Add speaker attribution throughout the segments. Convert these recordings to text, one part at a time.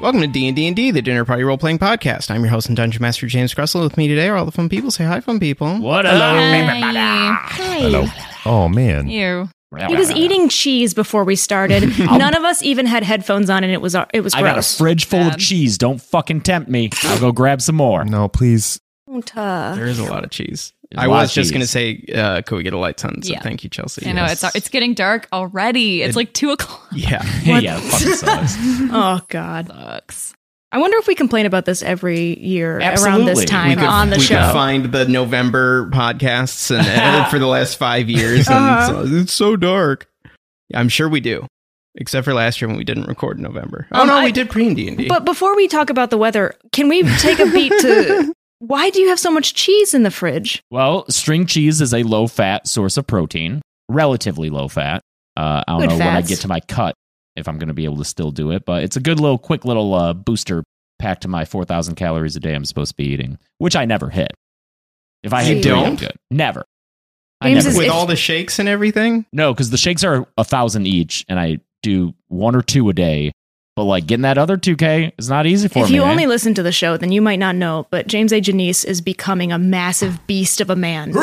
Speaker 1: Welcome to D and D and D, the Dinner Party Role Playing Podcast. I'm your host and Dungeon Master James Gressel. With me today are all the fun people. Say hi, fun people.
Speaker 2: What
Speaker 3: Hi.
Speaker 4: Oh man.
Speaker 3: You.
Speaker 2: He
Speaker 3: He was eating cheese before we started. None of us even had headphones on, and it was it was
Speaker 2: I got a
Speaker 3: gross. Um,
Speaker 2: fridge full of
Speaker 3: Bad.
Speaker 2: cheese. Don't fucking tempt me. I'll go grab some more.
Speaker 4: No, please.
Speaker 3: Don't, uh,
Speaker 1: There is a lot of cheese.
Speaker 2: There's a
Speaker 1: I
Speaker 2: lot
Speaker 1: was
Speaker 2: of
Speaker 1: just
Speaker 2: cheese.
Speaker 1: going to say, uh, could we get a light ton? So
Speaker 5: Yeah.
Speaker 1: thank you, Chelsea.
Speaker 5: I know
Speaker 1: Yes.
Speaker 5: it's it's getting dark already. It's
Speaker 1: It-
Speaker 5: like two o'clock.
Speaker 1: yeah.
Speaker 2: yeah, it fucking sucks.
Speaker 3: oh God!
Speaker 5: Sucks.
Speaker 3: I wonder if we complain about this every year around
Speaker 2: Absolutely.
Speaker 3: this
Speaker 2: We
Speaker 3: time
Speaker 1: could-
Speaker 3: on the
Speaker 1: we could
Speaker 3: show.
Speaker 1: find the November podcasts and edit for the last five years. And
Speaker 3: Uh-huh.
Speaker 1: so- it's so dark. I'm sure we do, except for last year when we didn't record in November. Oh
Speaker 3: Um,
Speaker 1: no,
Speaker 3: I-
Speaker 1: we did pre and D and D.
Speaker 3: But before we talk about the weather, can we take a beat to why do you have so much cheese in the fridge?
Speaker 2: Well, string cheese is a low fat source of protein, relatively low fat. Uh, I don't
Speaker 3: Good
Speaker 2: know when I
Speaker 3: fats.
Speaker 2: get to my cut if I'm going to be able to still do it, but it's a good little, quick little uh, booster pack to my 4,000 calories a day I'm supposed to be eating, which I never hit. If I
Speaker 3: You
Speaker 2: hit three, I'm
Speaker 1: don't?
Speaker 2: good. Never. I
Speaker 3: James
Speaker 2: never
Speaker 3: is-
Speaker 1: with
Speaker 2: hit.
Speaker 3: if-
Speaker 1: all the shakes and everything.
Speaker 2: No, because the shakes are a thousand each, and I do one or two a day. But like getting that other two k is not easy for
Speaker 3: if
Speaker 2: me.
Speaker 3: you
Speaker 2: eh?
Speaker 3: only listen to the show, then you might not know, but James A. Janice is becoming a massive beast of a man. He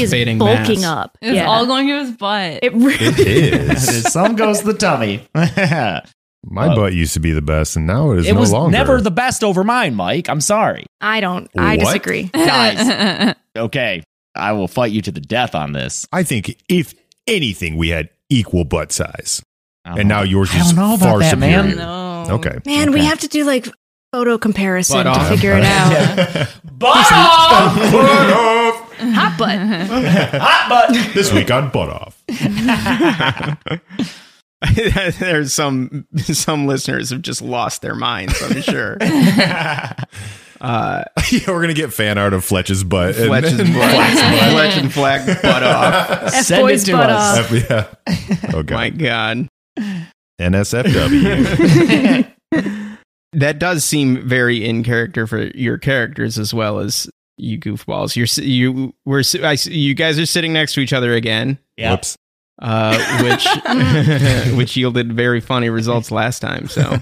Speaker 3: is
Speaker 1: Cultivating
Speaker 3: bulking
Speaker 1: mass.
Speaker 3: up.
Speaker 5: It's
Speaker 3: Yeah.
Speaker 5: all going to his butt.
Speaker 3: it really
Speaker 4: It is.
Speaker 2: some goes the tummy. it
Speaker 4: My
Speaker 2: Uh,
Speaker 4: butt used to be the best, and now it is no
Speaker 2: was
Speaker 4: longer.
Speaker 2: never the best over mine, Mike. I'm sorry,
Speaker 3: I don't. I
Speaker 4: What?
Speaker 3: disagree.
Speaker 2: guys. okay, I will fight you to the death on this.
Speaker 4: I think if anything, we had equal butt size,
Speaker 2: I don't
Speaker 4: and now
Speaker 2: know.
Speaker 4: yours
Speaker 2: Oh. I don't
Speaker 4: is
Speaker 2: know about
Speaker 4: far
Speaker 2: that,
Speaker 4: superior.
Speaker 2: man.
Speaker 5: no.
Speaker 4: Okay.
Speaker 3: Man, we
Speaker 2: Okay.
Speaker 3: have to do like photo comparison
Speaker 1: Butt
Speaker 3: to
Speaker 1: off.
Speaker 3: figure it out. Hot butt.
Speaker 4: this week on butt off.
Speaker 1: There's some some listeners have just lost their minds. I'm sure. uh,
Speaker 4: yeah, we're gonna get fan art of Fletch's butt. and-
Speaker 1: Fletch and Flack, Fletch and Flack butt off.
Speaker 2: Send
Speaker 3: boys
Speaker 2: it to
Speaker 3: butt
Speaker 2: us.
Speaker 3: off.
Speaker 4: yeah. Oh god.
Speaker 1: My God.
Speaker 4: NSFW.
Speaker 1: that does seem very in character for your characters as well as you goofballs. You're si- you were si- I s you guys are sitting next to each other again,
Speaker 2: Yeah.
Speaker 4: Whoops.
Speaker 1: uh, which which yielded very funny results last time. So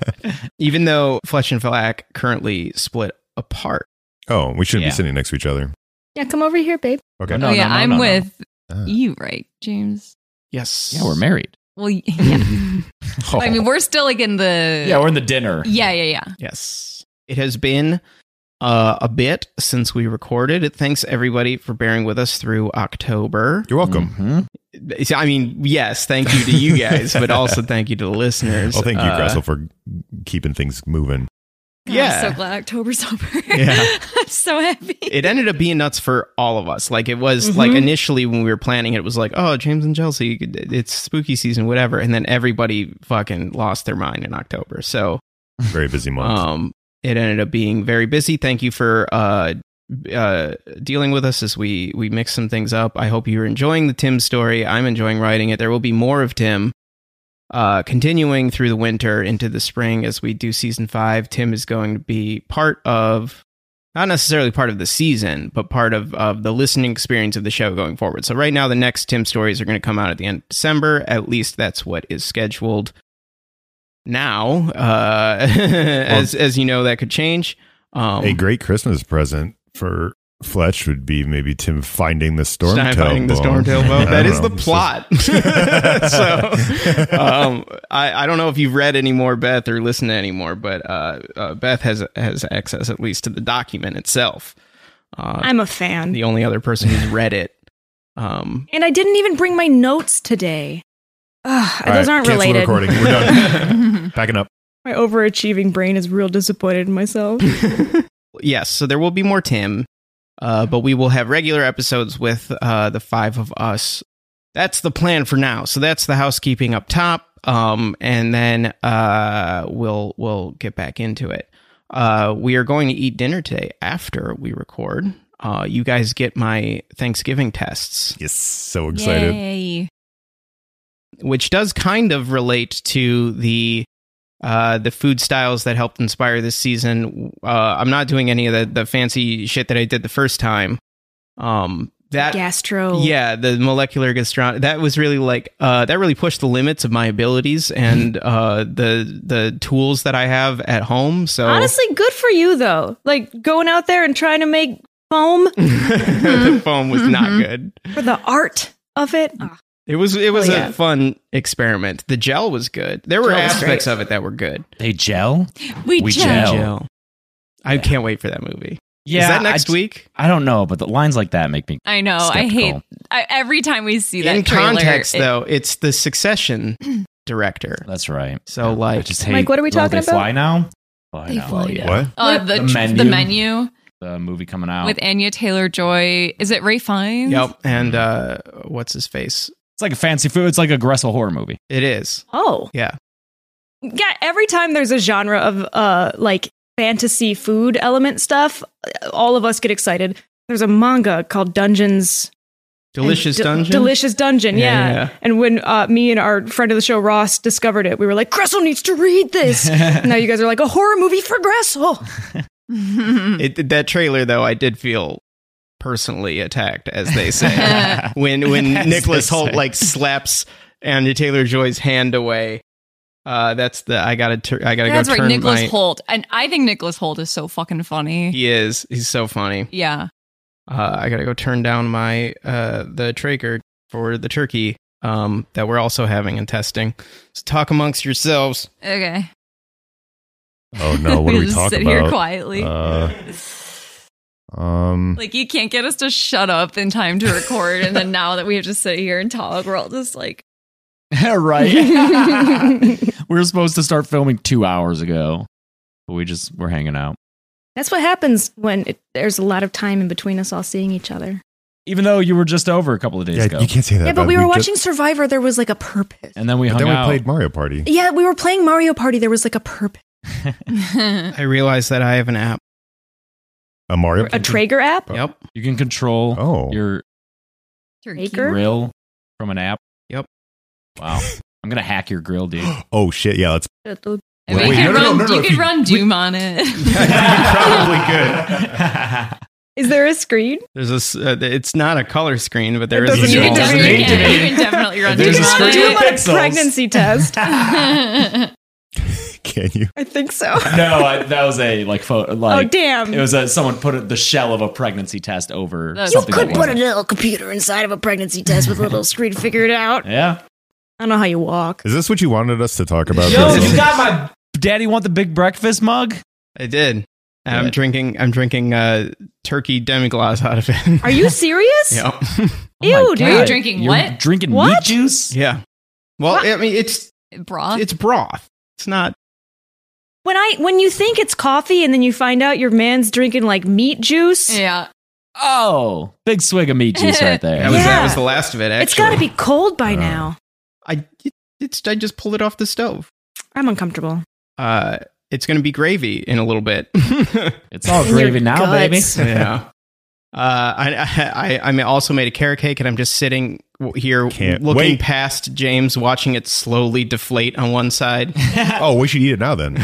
Speaker 1: even though Fletch and Flack currently split apart,
Speaker 4: Oh, we shouldn't
Speaker 2: Yeah.
Speaker 4: be sitting next to each other.
Speaker 3: Yeah, come over here, babe.
Speaker 4: Okay.
Speaker 2: No,
Speaker 5: oh
Speaker 2: no,
Speaker 5: yeah,
Speaker 2: no,
Speaker 5: I'm
Speaker 2: no, Uh. no.
Speaker 5: with
Speaker 4: Ah.
Speaker 5: you, right, James?
Speaker 1: yes,
Speaker 2: Yeah, we're married.
Speaker 5: Well, y- yeah. I mean, we're still like in the
Speaker 2: Yeah, we're in the dinner.
Speaker 5: yeah, yeah, yeah.
Speaker 1: Yes. It has been uh, a bit since we recorded. Thanks everybody for bearing with us through October.
Speaker 4: You're welcome.
Speaker 2: Mhm.
Speaker 1: I mean, yes, thank you to you guys, but also thank you to the listeners.
Speaker 4: Well, thank you,
Speaker 1: Uh,
Speaker 4: Gressel, for keeping things moving.
Speaker 5: God,
Speaker 1: Yeah.
Speaker 5: I'm so glad October's over.
Speaker 1: Yeah.
Speaker 5: I'm so happy.
Speaker 1: It ended up being nuts for all of us. Like it was like
Speaker 3: Mhm.
Speaker 1: initially when we were planning it, it was like, oh, James and Chelsea, it's spooky season, whatever. And then everybody fucking lost their mind in October. So
Speaker 4: Very busy month.
Speaker 1: Um, it ended up being very busy. Thank you for uh, uh, dealing with us as we we mix some things up. I hope you're enjoying the Tim story. I'm enjoying writing it. There will be more of Tim. Uh, continuing through the winter into the spring as we do season five, Tim is going to be part of, not necessarily part of the season, but part of, of the listening experience of the show going forward. So, right now, the next Tim stories are going to come out at the end of December. At least that's what is scheduled now. Uh, as, as you know, that could change. Um,
Speaker 4: a great Christmas present for Fletch would be maybe Tim finding the storm
Speaker 1: Stein
Speaker 4: tail
Speaker 1: finding the
Speaker 4: bone.
Speaker 1: storm tail
Speaker 4: I
Speaker 1: bone.
Speaker 4: don't
Speaker 1: That is
Speaker 4: know.
Speaker 1: the
Speaker 4: It's
Speaker 1: plot.
Speaker 4: just-
Speaker 1: so um, I, I don't know if you've read any more, Beth, or listened to any more, but uh, uh, Beth has has access at least to the document itself. Uh,
Speaker 3: I'm a fan.
Speaker 1: the only other person who's read it. Um,
Speaker 3: and I didn't even bring my notes today. Ugh,
Speaker 4: All
Speaker 3: those
Speaker 4: right,
Speaker 3: aren't
Speaker 4: cancel the
Speaker 3: related.
Speaker 4: recording. We're done. Packing up.
Speaker 3: My overachieving brain is real disappointed in myself.
Speaker 1: yes, so there will be more Tim, uh, but we will have regular episodes with uh, the five of us. That's the plan for now. So that's the housekeeping up top, um, and then uh, we'll we'll get back into it. Uh, we are going to eat dinner today after we record. Uh, you guys get my Thanksgiving tests,
Speaker 4: Yes, so excited.
Speaker 5: Yay.
Speaker 1: which does kind of relate to the uh, the food styles that helped inspire this season. Uh, I'm not doing any of the, the fancy shit that I did the first time. Um, that
Speaker 3: Gastro.
Speaker 1: yeah the molecular gastronomy that was really like uh, that really pushed the limits of my abilities and uh, the the tools that i have at home so
Speaker 3: Honestly, good for you though. Like going out there and trying to make foam Mm-hmm.
Speaker 1: the foam was not
Speaker 5: Mhm.
Speaker 1: good
Speaker 3: for the art of it. Ah,
Speaker 1: it was it was
Speaker 3: Oh,
Speaker 1: a
Speaker 3: yeah.
Speaker 1: fun experiment the gel was good there were
Speaker 3: Gel was
Speaker 1: aspects
Speaker 3: great.
Speaker 1: of it that were good
Speaker 2: They gel?
Speaker 5: We,
Speaker 2: We
Speaker 5: gel.
Speaker 2: Gel.
Speaker 1: i can't wait for that movie is that next
Speaker 2: I,
Speaker 1: week
Speaker 2: I don't know, but the lines like that make me.
Speaker 5: I know. I hate
Speaker 2: Skeptical.
Speaker 5: I, every time we see that
Speaker 1: in
Speaker 5: trailer,
Speaker 1: context
Speaker 5: it-
Speaker 1: though it's the succession director
Speaker 2: That's right.
Speaker 5: Oh,
Speaker 1: so
Speaker 2: I
Speaker 1: like
Speaker 2: just hate.
Speaker 3: Mike, what are we
Speaker 2: well,
Speaker 3: talking
Speaker 2: they
Speaker 3: about?
Speaker 2: Fly now. Fly
Speaker 3: They
Speaker 2: now.
Speaker 3: fly.
Speaker 1: yeah.
Speaker 4: What?
Speaker 5: uh,
Speaker 3: What?
Speaker 5: the,
Speaker 2: The
Speaker 5: the menu,
Speaker 2: menu. The movie coming out.
Speaker 5: with Anya Taylor Joy. Is it Ray Fiennes?
Speaker 1: Yep. And uh, what's his face?
Speaker 2: it's like a fancy food. It's like a Gressel horror movie.
Speaker 1: It is.
Speaker 3: Oh.
Speaker 1: Yeah.
Speaker 3: Yeah, every time there's a genre of uh like fantasy food element stuff, all of us get excited. There's a manga called Dungeons
Speaker 1: Delicious
Speaker 3: and De-
Speaker 1: Dungeon.
Speaker 3: Delicious Dungeon,
Speaker 1: Yeah,
Speaker 3: yeah.
Speaker 1: yeah.
Speaker 3: And when uh, me and our friend of the show Ross discovered it, we were like, "Gressel needs to read this." now you guys are like a horror movie for Gressel.
Speaker 1: It, that trailer, though, I did feel personally attacked, as they say. when when
Speaker 2: As
Speaker 1: Nicholas
Speaker 2: they
Speaker 1: Holt
Speaker 2: say.
Speaker 1: like slaps Anya Taylor Joy's hand away. Uh, that's the I gotta tur- I gotta
Speaker 5: That's
Speaker 1: go
Speaker 5: right,
Speaker 1: turn
Speaker 5: Nicholas
Speaker 1: my.
Speaker 5: Holt. And I think Nicholas Holt is so fucking funny.
Speaker 1: He is. He's so funny.
Speaker 5: Yeah.
Speaker 1: Uh, I gotta go turn down my uh the tracker for the turkey um that we're also having and testing. So talk amongst yourselves.
Speaker 5: Okay.
Speaker 4: Oh no! What are we
Speaker 5: just
Speaker 4: talking
Speaker 5: sit
Speaker 4: about?
Speaker 5: here quietly.
Speaker 4: Uh, um.
Speaker 5: like you can't get us to shut up in time to record, and then now that we have to sit here and talk, we're all just like,
Speaker 2: right. we were supposed to start filming two hours ago, but we just we're hanging out.
Speaker 3: That's what happens when it, there's a lot of time in between us all seeing each other.
Speaker 2: Even though you were just over a couple of days
Speaker 4: Yeah,
Speaker 2: ago,
Speaker 4: you can't say that.
Speaker 3: Yeah, but we were watching
Speaker 4: Just,
Speaker 3: Survivor. There was like a purpose.
Speaker 2: and then we
Speaker 4: but
Speaker 2: hung
Speaker 4: then we
Speaker 2: out.
Speaker 4: played Mario Party.
Speaker 3: yeah, we were playing Mario Party. There was like a purpose.
Speaker 1: I realize that I have an app.
Speaker 4: A Mario.
Speaker 3: A
Speaker 4: Party?
Speaker 3: Traeger app.
Speaker 1: Yep.
Speaker 2: you can control
Speaker 4: Oh.
Speaker 2: your
Speaker 5: Turkey.
Speaker 3: Baker?
Speaker 2: grill from an app.
Speaker 1: Yep.
Speaker 2: Wow. I'm gonna hack your grill, dude.
Speaker 4: oh shit! Yeah, let's.
Speaker 5: I mean,
Speaker 4: Wait,
Speaker 5: you could
Speaker 4: no, no, no,
Speaker 5: run,
Speaker 4: no, no,
Speaker 5: you
Speaker 4: if
Speaker 5: could
Speaker 4: you-
Speaker 5: run Doom on it.
Speaker 2: probably
Speaker 3: Is there a screen?
Speaker 1: There's a. s- Uh, th- it's not a color screen, but there
Speaker 3: It
Speaker 1: is.
Speaker 3: doesn't
Speaker 1: a
Speaker 5: you,
Speaker 3: need
Speaker 5: can
Speaker 3: to
Speaker 1: small
Speaker 3: be.
Speaker 5: definitely,
Speaker 1: screen.
Speaker 5: you can- you can definitely run
Speaker 2: There's
Speaker 5: Doom
Speaker 2: a
Speaker 5: on
Speaker 2: screen
Speaker 3: do
Speaker 5: it.
Speaker 2: with
Speaker 3: like a
Speaker 2: pixels.
Speaker 3: pregnancy test.
Speaker 4: Can you?
Speaker 3: I think so.
Speaker 2: no, I, that was a like photo.
Speaker 3: oh
Speaker 2: Like
Speaker 3: damn!
Speaker 2: it was a someone put a, the shell of a pregnancy test over.
Speaker 5: That's-
Speaker 3: you
Speaker 2: something
Speaker 3: could
Speaker 2: that
Speaker 3: put a
Speaker 2: wasn't.
Speaker 3: little computer inside of a pregnancy test with a little screen. Figure it out.
Speaker 2: Yeah.
Speaker 3: I don't know how you walk.
Speaker 4: Is this what you wanted us to talk about?
Speaker 1: Yo,
Speaker 4: Gressel?
Speaker 1: you
Speaker 2: got my daddy want the big breakfast mug?
Speaker 1: I did. I'm
Speaker 2: Good.
Speaker 1: drinking. I'm drinking uh, turkey demi glace out of it.
Speaker 3: Are you serious?
Speaker 1: yeah.
Speaker 2: Oh my
Speaker 3: Ew, dude.
Speaker 2: God.
Speaker 5: Are you drinking
Speaker 2: You're
Speaker 5: what?
Speaker 2: Drinking meat
Speaker 3: What?
Speaker 2: juice?
Speaker 1: yeah. Well,
Speaker 3: What?
Speaker 1: I mean, it's
Speaker 5: Broth.
Speaker 1: it's broth. It's not.
Speaker 3: When I when you think it's coffee and then you find out your man's drinking like meat juice,
Speaker 5: Yeah.
Speaker 2: Oh, big swig of meat juice right there.
Speaker 1: That was that
Speaker 3: Yeah.
Speaker 1: was the last of it. Actually,
Speaker 3: it's got to be cold by
Speaker 4: Uh.
Speaker 3: now.
Speaker 1: I it- it's I just pulled it off the stove.
Speaker 3: I'm uncomfortable.
Speaker 1: Uh, it's gonna be gravy in a little bit.
Speaker 2: It's all
Speaker 3: In your
Speaker 2: gravy now, baby.
Speaker 3: guts.
Speaker 1: yeah. Uh, I, I I I also made a carrot cake, and I'm just sitting w- here
Speaker 4: Can't
Speaker 1: looking
Speaker 4: wait.
Speaker 1: past James, watching it slowly deflate on one side.
Speaker 4: Oh, we should eat it now then.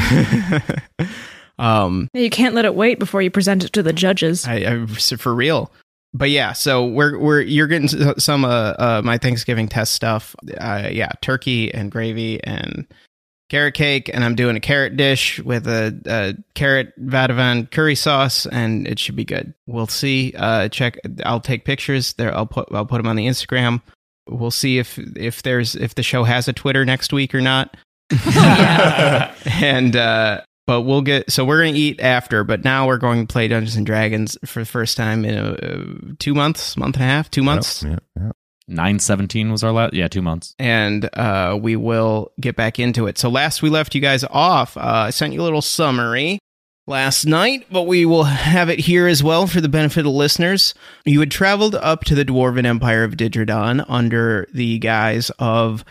Speaker 1: um,
Speaker 3: Yeah, You can't let it wait before you present it to the judges.
Speaker 1: I, I so for real. But yeah, so we're we're you're getting s- some uh, uh my Thanksgiving test stuff. Uh, yeah, turkey and gravy and carrot cake, and I'm doing a carrot dish with a, a carrot vadavan curry sauce, and it should be good. We'll see. Uh, check. I'll take pictures. There, I'll put I'll put them on the Instagram. We'll see if if there's if the show has a Twitter next week or not. and uh but we'll get so we're gonna eat after but now we're going to play dungeons and dragons for the first time in uh, two months month and a half two months
Speaker 4: Yeah, yeah.
Speaker 2: Nine seventeen was our last. Yeah, two months.
Speaker 1: and uh we will get back into it so last we left you guys off uh i sent you a little summary last night but we will have it here as well for the benefit of listeners you had traveled up to the dwarven empire of Digidon under the guise of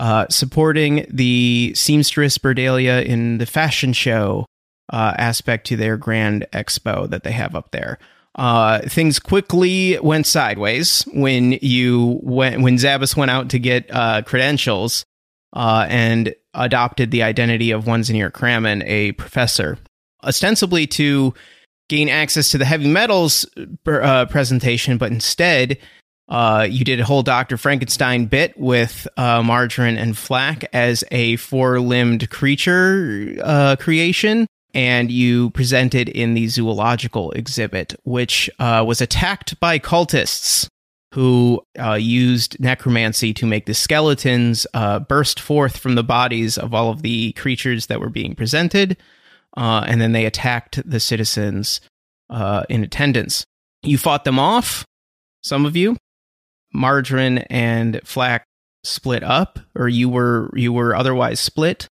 Speaker 1: uh, supporting the seamstress Berdalia in the fashion show uh, aspect to their grand expo that they have up there. Uh, things quickly went sideways when you went when Zabas went out to get uh, credentials uh, and adopted the identity of Onesineer Kramen, a professor, ostensibly to gain access to the heavy metals uh, presentation, but instead, uh, you did a whole Dr. Frankenstein bit with uh, margarine and flack as a four limbed creature uh, creation. And you presented in the zoological exhibit, which uh, was attacked by cultists who uh, used necromancy to make the skeletons uh, burst forth from the bodies of all of the creatures that were being presented. Uh, and then they attacked the citizens uh, in attendance. You fought them off, some of you. Margarine and Flack split up, or you were you were otherwise split.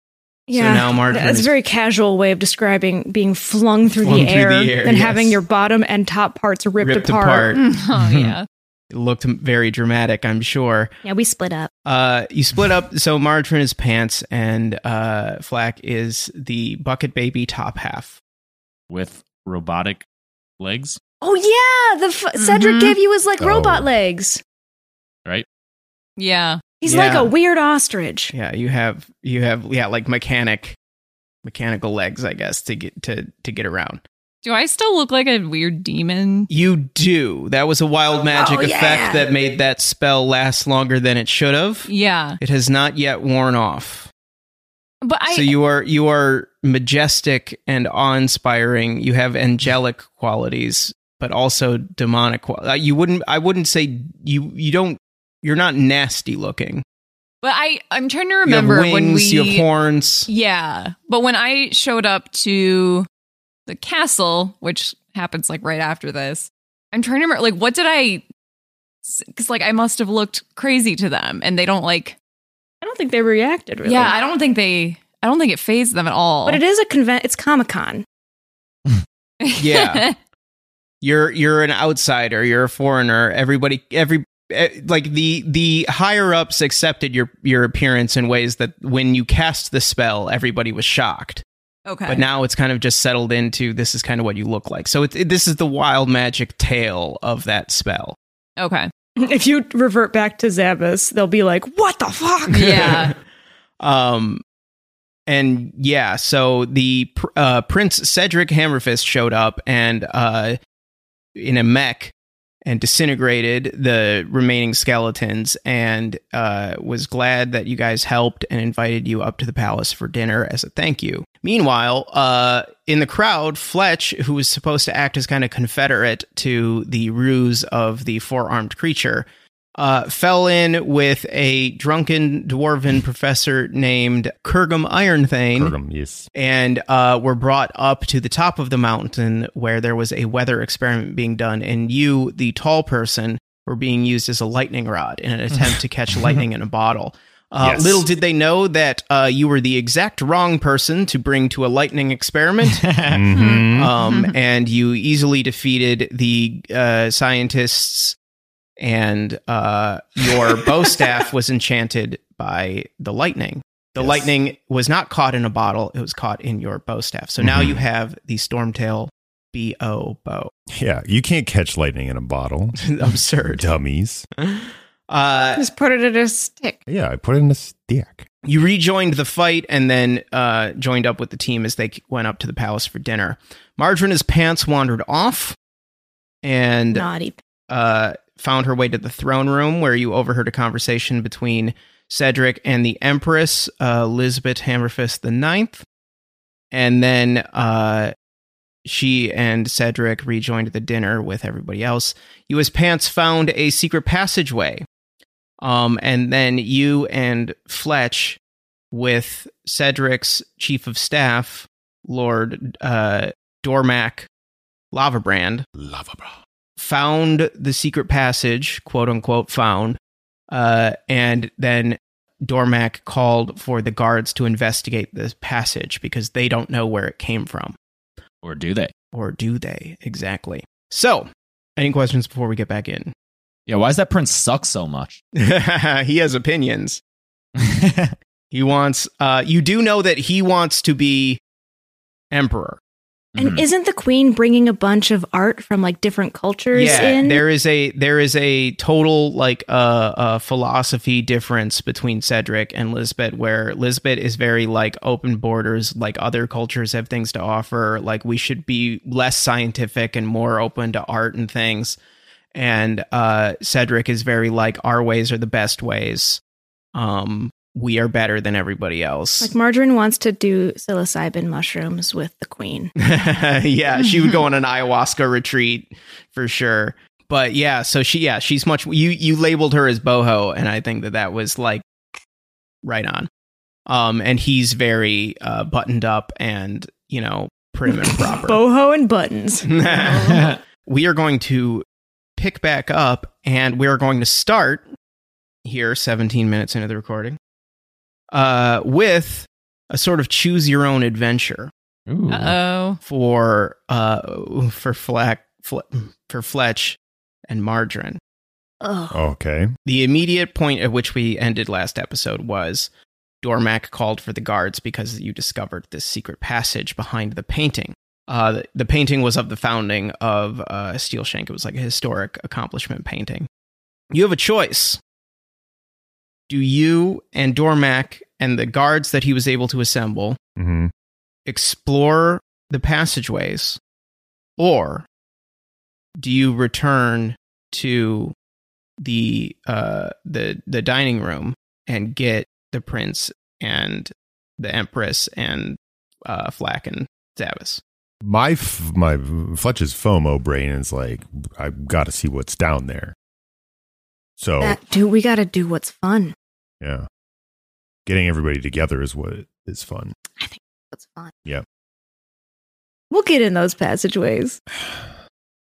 Speaker 3: Yeah,
Speaker 1: now Margarine
Speaker 3: that's a
Speaker 1: is-
Speaker 3: very casual way of describing being flung through,
Speaker 1: Flung
Speaker 3: the,
Speaker 1: through
Speaker 3: air
Speaker 1: the air,
Speaker 3: and
Speaker 1: yes.
Speaker 3: having your bottom and top parts ripped,
Speaker 1: Ripped
Speaker 3: apart.
Speaker 1: apart.
Speaker 5: oh yeah.
Speaker 1: It looked very dramatic, I'm sure.
Speaker 3: Yeah, we split up.
Speaker 1: Uh, you split up. So Margarine is pants, and uh, Flack is the bucket baby top half.
Speaker 2: with robotic legs,
Speaker 3: Oh yeah, the f- Cedric
Speaker 1: Mm-hmm.
Speaker 5: Mhm.
Speaker 3: gave you his like
Speaker 4: Oh.
Speaker 3: robot legs.
Speaker 2: right?
Speaker 5: Yeah.
Speaker 3: He's
Speaker 1: Yeah.
Speaker 3: like a weird ostrich.
Speaker 1: Yeah, you have you have yeah like mechanic mechanical legs, I guess to get to to get around.
Speaker 5: Do I still look like a weird demon?
Speaker 1: You do. That was a wild magic
Speaker 3: oh,
Speaker 1: effect
Speaker 3: yeah.
Speaker 1: that made that spell last longer than it should have.
Speaker 5: Yeah.
Speaker 1: It has not yet worn off.
Speaker 5: But I
Speaker 1: so you are you are majestic and awe-inspiring. You have angelic qualities, but also demonic. Qual- uh, you wouldn't. I wouldn't say you. You don't. You're not nasty looking.
Speaker 5: but I I'm trying to remember
Speaker 1: you have
Speaker 5: when we
Speaker 1: wings. You have horns.
Speaker 5: Yeah. But when I showed up to the castle, which happens like right after this, I'm trying to remember like what did I because like I must have looked crazy to them and they don't like
Speaker 3: I don't think they reacted really.
Speaker 5: Yeah, I don't think they I don't think it phased them at all.
Speaker 3: but it is a convent. It's Comic Con.
Speaker 1: Yeah. You're you're an outsider. You're a foreigner. Everybody, every eh, like the the higher ups accepted your your appearance in ways that when you cast the spell, everybody was shocked.
Speaker 5: okay.
Speaker 1: But now it's kind of just settled into this is kind of what you look like. So it, it- this is the wild magic tale of that spell.
Speaker 5: okay.
Speaker 3: If you revert back to Zabas, they'll be like, "What the fuck?"
Speaker 5: Yeah.
Speaker 1: um, and yeah, so the pr- uh, Prince Cedric Hammerfist showed up and uh, in a mech and disintegrated the remaining skeletons and uh, was glad that you guys helped and invited you up to the palace for dinner as a thank you. Meanwhile, uh, in the crowd, Fletch, who was supposed to act as kind of confederate to the ruse of the four armed creature, uh, fell in with a drunken dwarven professor named Kurgum Ironthane
Speaker 4: Kurgum, yes.
Speaker 1: and uh, were brought up to the top of the mountain where there was a weather experiment being done, and you, the tall person, were being used as a lightning rod in an attempt to catch lightning in a bottle. Uh,
Speaker 2: Yes.
Speaker 1: Little did they know that uh, you were the exact wrong person to bring to a lightning experiment.
Speaker 4: Mhm.
Speaker 1: Um, and you easily defeated the uh, scientists, and uh, your bow staff was enchanted by the lightning. The
Speaker 4: Yes.
Speaker 1: lightning was not caught in a bottle; it was caught in your bow staff. So now
Speaker 4: Mhm.
Speaker 1: you have the Stormtail B O bow.
Speaker 4: Yeah, you can't catch lightning in a bottle.
Speaker 1: Absurd.
Speaker 4: Dummies.
Speaker 1: Uh,
Speaker 3: Just put it in a stick.
Speaker 4: Yeah, I put it in a stick.
Speaker 1: you rejoined the fight and then uh, joined up with the team as they went up to the palace for dinner. Margarine, his pants wandered off, and
Speaker 3: Naughty.
Speaker 1: uh, found her way to the throne room where you overheard a conversation between Cedric and the Empress, uh, Lisbeth Hammerfist the Ninth. And then uh, she and Cedric rejoined the dinner with everybody else. You, as Pants, found a secret passageway. Um, and then you and Fletch, with Cedric's chief of staff, Lord uh, Dormac Lavabrand,
Speaker 4: Lava bra.
Speaker 1: found the secret passage, quote unquote, found, uh, and then Dormac called for the guards to investigate this passage because they don't know where it came from,
Speaker 2: Or do they?
Speaker 1: or do they exactly? So, any questions before we get back in?
Speaker 2: Yeah, why does that prince suck so much?
Speaker 1: he has opinions. He wants. Uh, you do know that he wants to be emperor.
Speaker 3: And
Speaker 2: Mhm.
Speaker 3: isn't the queen bringing a bunch of art from like different cultures
Speaker 1: yeah,
Speaker 3: in?
Speaker 1: there is a there is a total like uh, uh philosophy difference between Cedric and Lisbeth, where Lisbeth is very like open borders, like other cultures have things to offer, like we should be less scientific and more open to art and things, and uh Cedric is very like our ways are the best ways, um we are better than everybody else.
Speaker 3: like Margarine wants to do psilocybin mushrooms with the queen.
Speaker 1: yeah, she would go on an ayahuasca retreat for sure. But yeah, so she yeah, she's much you you labeled her as boho and I think that that was like right on. Um and he's very uh buttoned up and, you know, prim and proper.
Speaker 3: Boho and buttons.
Speaker 1: we are going to pick back up and we are going to start here 17 minutes into the recording. Uh with a sort of choose your own adventure
Speaker 2: Ooh.
Speaker 5: Uh oh.
Speaker 1: for uh for Flack Fle- for Fletch and Margarine.
Speaker 3: Oh,
Speaker 4: Okay.
Speaker 1: The immediate point at which we ended last episode was Dormac called for the guards because you discovered this secret passage behind the painting. Uh, the, the painting was of the founding of uh, Steelshank. It was like a historic accomplishment painting. You have a choice. Do you and Dormac and the guards that he was able to assemble
Speaker 4: hmm
Speaker 1: explore the passageways or do you return to the uh the the dining room and get the prince and the empress and uh flack and Zavis?
Speaker 4: My f- my Fletch's FOMO brain is like, I've got to see what's down there. So
Speaker 3: that, dude, we got to do what's fun.
Speaker 4: yeah, getting everybody together is what is fun.
Speaker 3: What's fun?
Speaker 4: Yeah.
Speaker 3: We'll get in those passageways.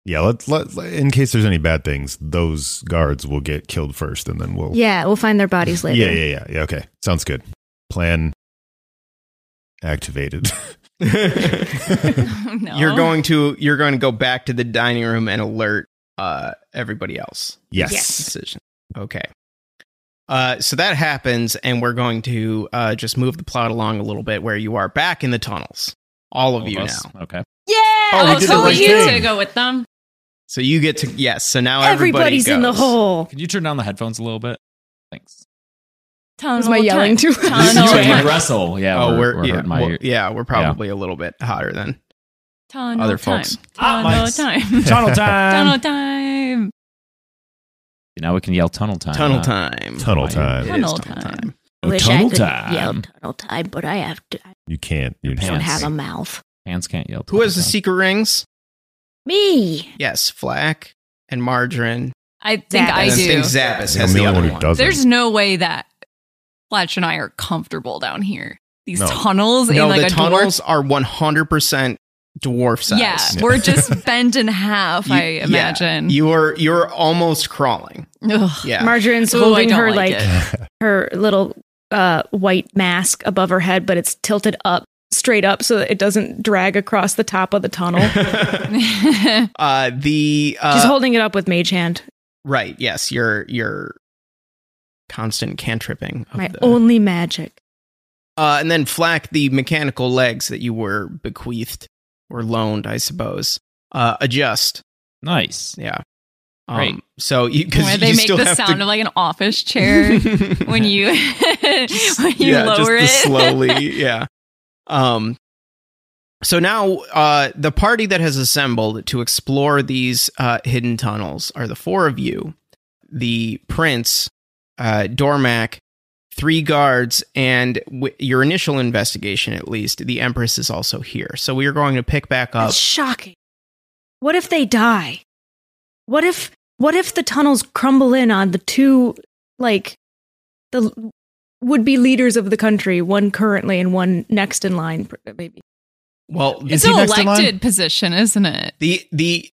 Speaker 4: Yeah, let, let, let- in case there's any bad things, those guards will get killed first, and then we'll
Speaker 3: Yeah, we'll find their bodies later.
Speaker 4: Oh. Yeah, yeah, yeah, yeah. Okay, sounds good. Plan activated.
Speaker 5: no.
Speaker 1: You're going to you're going to go back to the dining room and alert uh everybody else.
Speaker 4: yes.
Speaker 1: decision. Okay. Uh, so that happens, and we're going to uh, just move the plot along a little bit where you are back in the tunnels, all of
Speaker 2: All
Speaker 1: you
Speaker 2: of us?
Speaker 1: now.
Speaker 2: Okay.
Speaker 5: Yeah.
Speaker 1: Oh, we
Speaker 5: Oh,
Speaker 1: did
Speaker 5: so
Speaker 1: the right
Speaker 5: you
Speaker 4: thing.
Speaker 5: to go with them.
Speaker 1: So you get to, yes, so now everybody
Speaker 3: Everybody's in the
Speaker 1: goes.
Speaker 3: hole.
Speaker 2: Can you turn down the headphones a little bit? Thanks.
Speaker 5: Tunnel
Speaker 3: Is my yelling
Speaker 5: time.
Speaker 3: too
Speaker 5: Tunnel
Speaker 2: You
Speaker 5: time.
Speaker 2: and Russell. Yeah.
Speaker 1: Oh, we're, yeah,
Speaker 2: hurting my
Speaker 1: well,
Speaker 2: ear.
Speaker 1: yeah, we're probably a little bit hotter than
Speaker 5: Tunnel
Speaker 1: Other
Speaker 5: time.
Speaker 1: folks.
Speaker 2: Ah,
Speaker 5: Tunnel
Speaker 2: mics.
Speaker 5: time.
Speaker 2: Tunnel time.
Speaker 5: Tunnel time.
Speaker 2: Now we can yell tunnel time.
Speaker 1: tunnel
Speaker 2: huh?
Speaker 1: time.
Speaker 4: Tunnel time.
Speaker 1: It is
Speaker 5: Tunnel
Speaker 1: tunnel
Speaker 5: time.
Speaker 1: time.
Speaker 2: Oh,
Speaker 3: Wish I
Speaker 2: tunnel
Speaker 3: could
Speaker 2: time.
Speaker 3: yell tunnel time, but I have to. I
Speaker 4: You can't. You
Speaker 3: don't
Speaker 2: Yes.
Speaker 3: have a mouth.
Speaker 2: Hands can't yell.
Speaker 1: Who has the
Speaker 2: tunnel
Speaker 1: secret rings?
Speaker 3: Me.
Speaker 1: Yes, Flack and Margarine.
Speaker 5: I think I
Speaker 1: and I
Speaker 5: do.
Speaker 1: think Zappis
Speaker 4: I'm
Speaker 1: has
Speaker 4: the
Speaker 1: the
Speaker 4: only
Speaker 1: other
Speaker 4: one who
Speaker 1: one.
Speaker 4: doesn't.
Speaker 5: There's no way that Fletch and I are comfortable down here. These
Speaker 4: No.
Speaker 5: tunnels
Speaker 1: No,
Speaker 5: in like
Speaker 1: the
Speaker 5: a
Speaker 1: tunnels are 100% dwarf
Speaker 5: dwarf.
Speaker 1: size.
Speaker 5: Yeah, we're just bent in half.
Speaker 1: You-
Speaker 5: I
Speaker 1: yeah,
Speaker 5: imagine.
Speaker 1: You're you're almost crawling.
Speaker 5: Ugh.
Speaker 1: Yeah.
Speaker 3: Margarine's
Speaker 5: Ooh, I
Speaker 3: holding
Speaker 5: don't
Speaker 3: her
Speaker 5: like
Speaker 3: like,
Speaker 5: it.
Speaker 3: her little uh, white mask above her head, but it's tilted up straight up so that it doesn't drag across the top of the tunnel.
Speaker 1: uh the
Speaker 3: She's
Speaker 1: uh
Speaker 3: holding it up with mage hand.
Speaker 1: right, yes, your your constant cantripping of
Speaker 3: My
Speaker 1: the-
Speaker 3: only magic.
Speaker 1: uh and then flack the mechanical legs that you were bequeathed or loaned, I suppose. Uh adjust.
Speaker 2: time. Nice.
Speaker 1: Yeah. Um,
Speaker 2: Great.
Speaker 1: so you
Speaker 5: Where
Speaker 1: cuz
Speaker 5: they
Speaker 1: you
Speaker 5: make
Speaker 1: still
Speaker 5: the
Speaker 1: have
Speaker 5: sound
Speaker 1: to
Speaker 5: of like an office chair when you when you
Speaker 1: yeah,
Speaker 5: lower
Speaker 1: just
Speaker 5: it
Speaker 1: the slowly, yeah. Um, so now uh, the party that has assembled to explore these uh, hidden tunnels are the four of you, the prince, uh, Dormac, three guards, and w- your initial investigation, at least, the empress is also here. So we are going to pick back up.
Speaker 4: Uh,
Speaker 3: That's shocking. What if they die? What if what if the tunnels crumble in on the two like the l- would be leaders of the country, one currently and one next in line pr- maybe.
Speaker 1: Well,
Speaker 5: It's
Speaker 4: Is he
Speaker 5: an
Speaker 4: next in line?
Speaker 5: elected position, isn't it?
Speaker 1: the the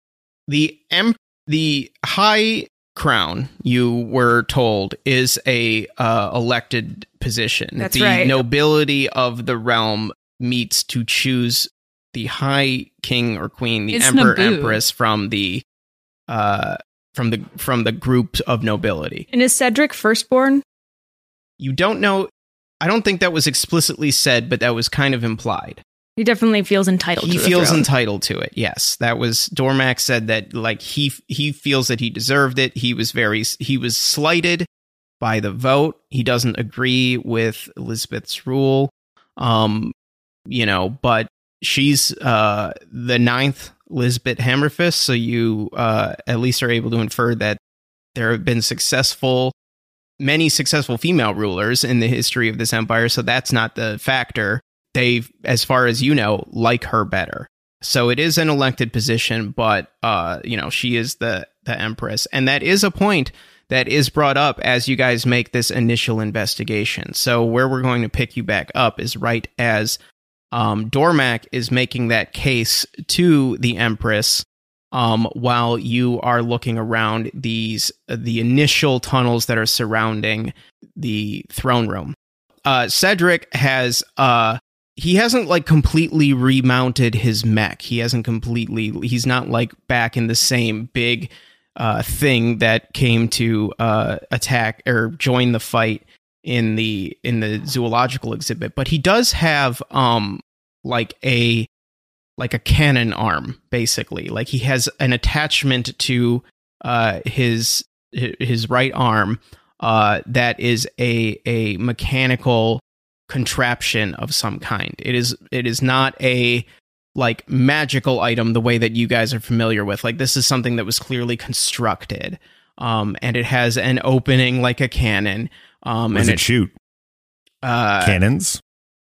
Speaker 1: the em- the high crown you were told is a uh, elected position
Speaker 3: That's
Speaker 1: the
Speaker 3: right.
Speaker 1: nobility of the realm meets to choose the high king or queen the
Speaker 5: It's
Speaker 1: emperor
Speaker 5: Naboo.
Speaker 1: empress from the uh from the from the groups of nobility
Speaker 3: And is Cedric firstborn?
Speaker 1: you don't know i don't think that was explicitly said but that was kind of implied
Speaker 3: He definitely feels entitled.
Speaker 1: he
Speaker 3: to the
Speaker 1: feels
Speaker 3: throne.
Speaker 1: entitled to it. Yes, that was Dormax said that like he he feels that he deserved it. He was very he was slighted by the vote. He doesn't agree with Elizabeth's rule. Um, you know, but she's uh the ninth Lisbeth Hammerfist, so you uh at least are able to infer that there have been successful many successful female rulers in the history of this empire, so that's not the factor they, as far as you know, like her better. So it is an elected position, but uh, you know she is the the empress, and that is a point that is brought up as you guys make this initial investigation. So where we're going to pick you back up is right as um, Dormac is making that case to the empress. Um, while you are looking around these the initial tunnels that are surrounding the throne room, uh, Cedric has uh, he hasn't like completely remounted his mech. He hasn't completely he's not like back in the same big uh thing that came to uh attack or join the fight in the in the zoological exhibit, but he does have um like a like a cannon arm basically. Like he has an attachment to uh his his right arm uh that is a a mechanical contraption of some kind. It is it is not a like magical item the way that you guys are familiar with. Like this is something that was clearly constructed. Um and it has an opening like a cannon. Um
Speaker 4: Does
Speaker 1: and
Speaker 4: it,
Speaker 1: it,
Speaker 4: shoot
Speaker 1: uh
Speaker 4: cannons?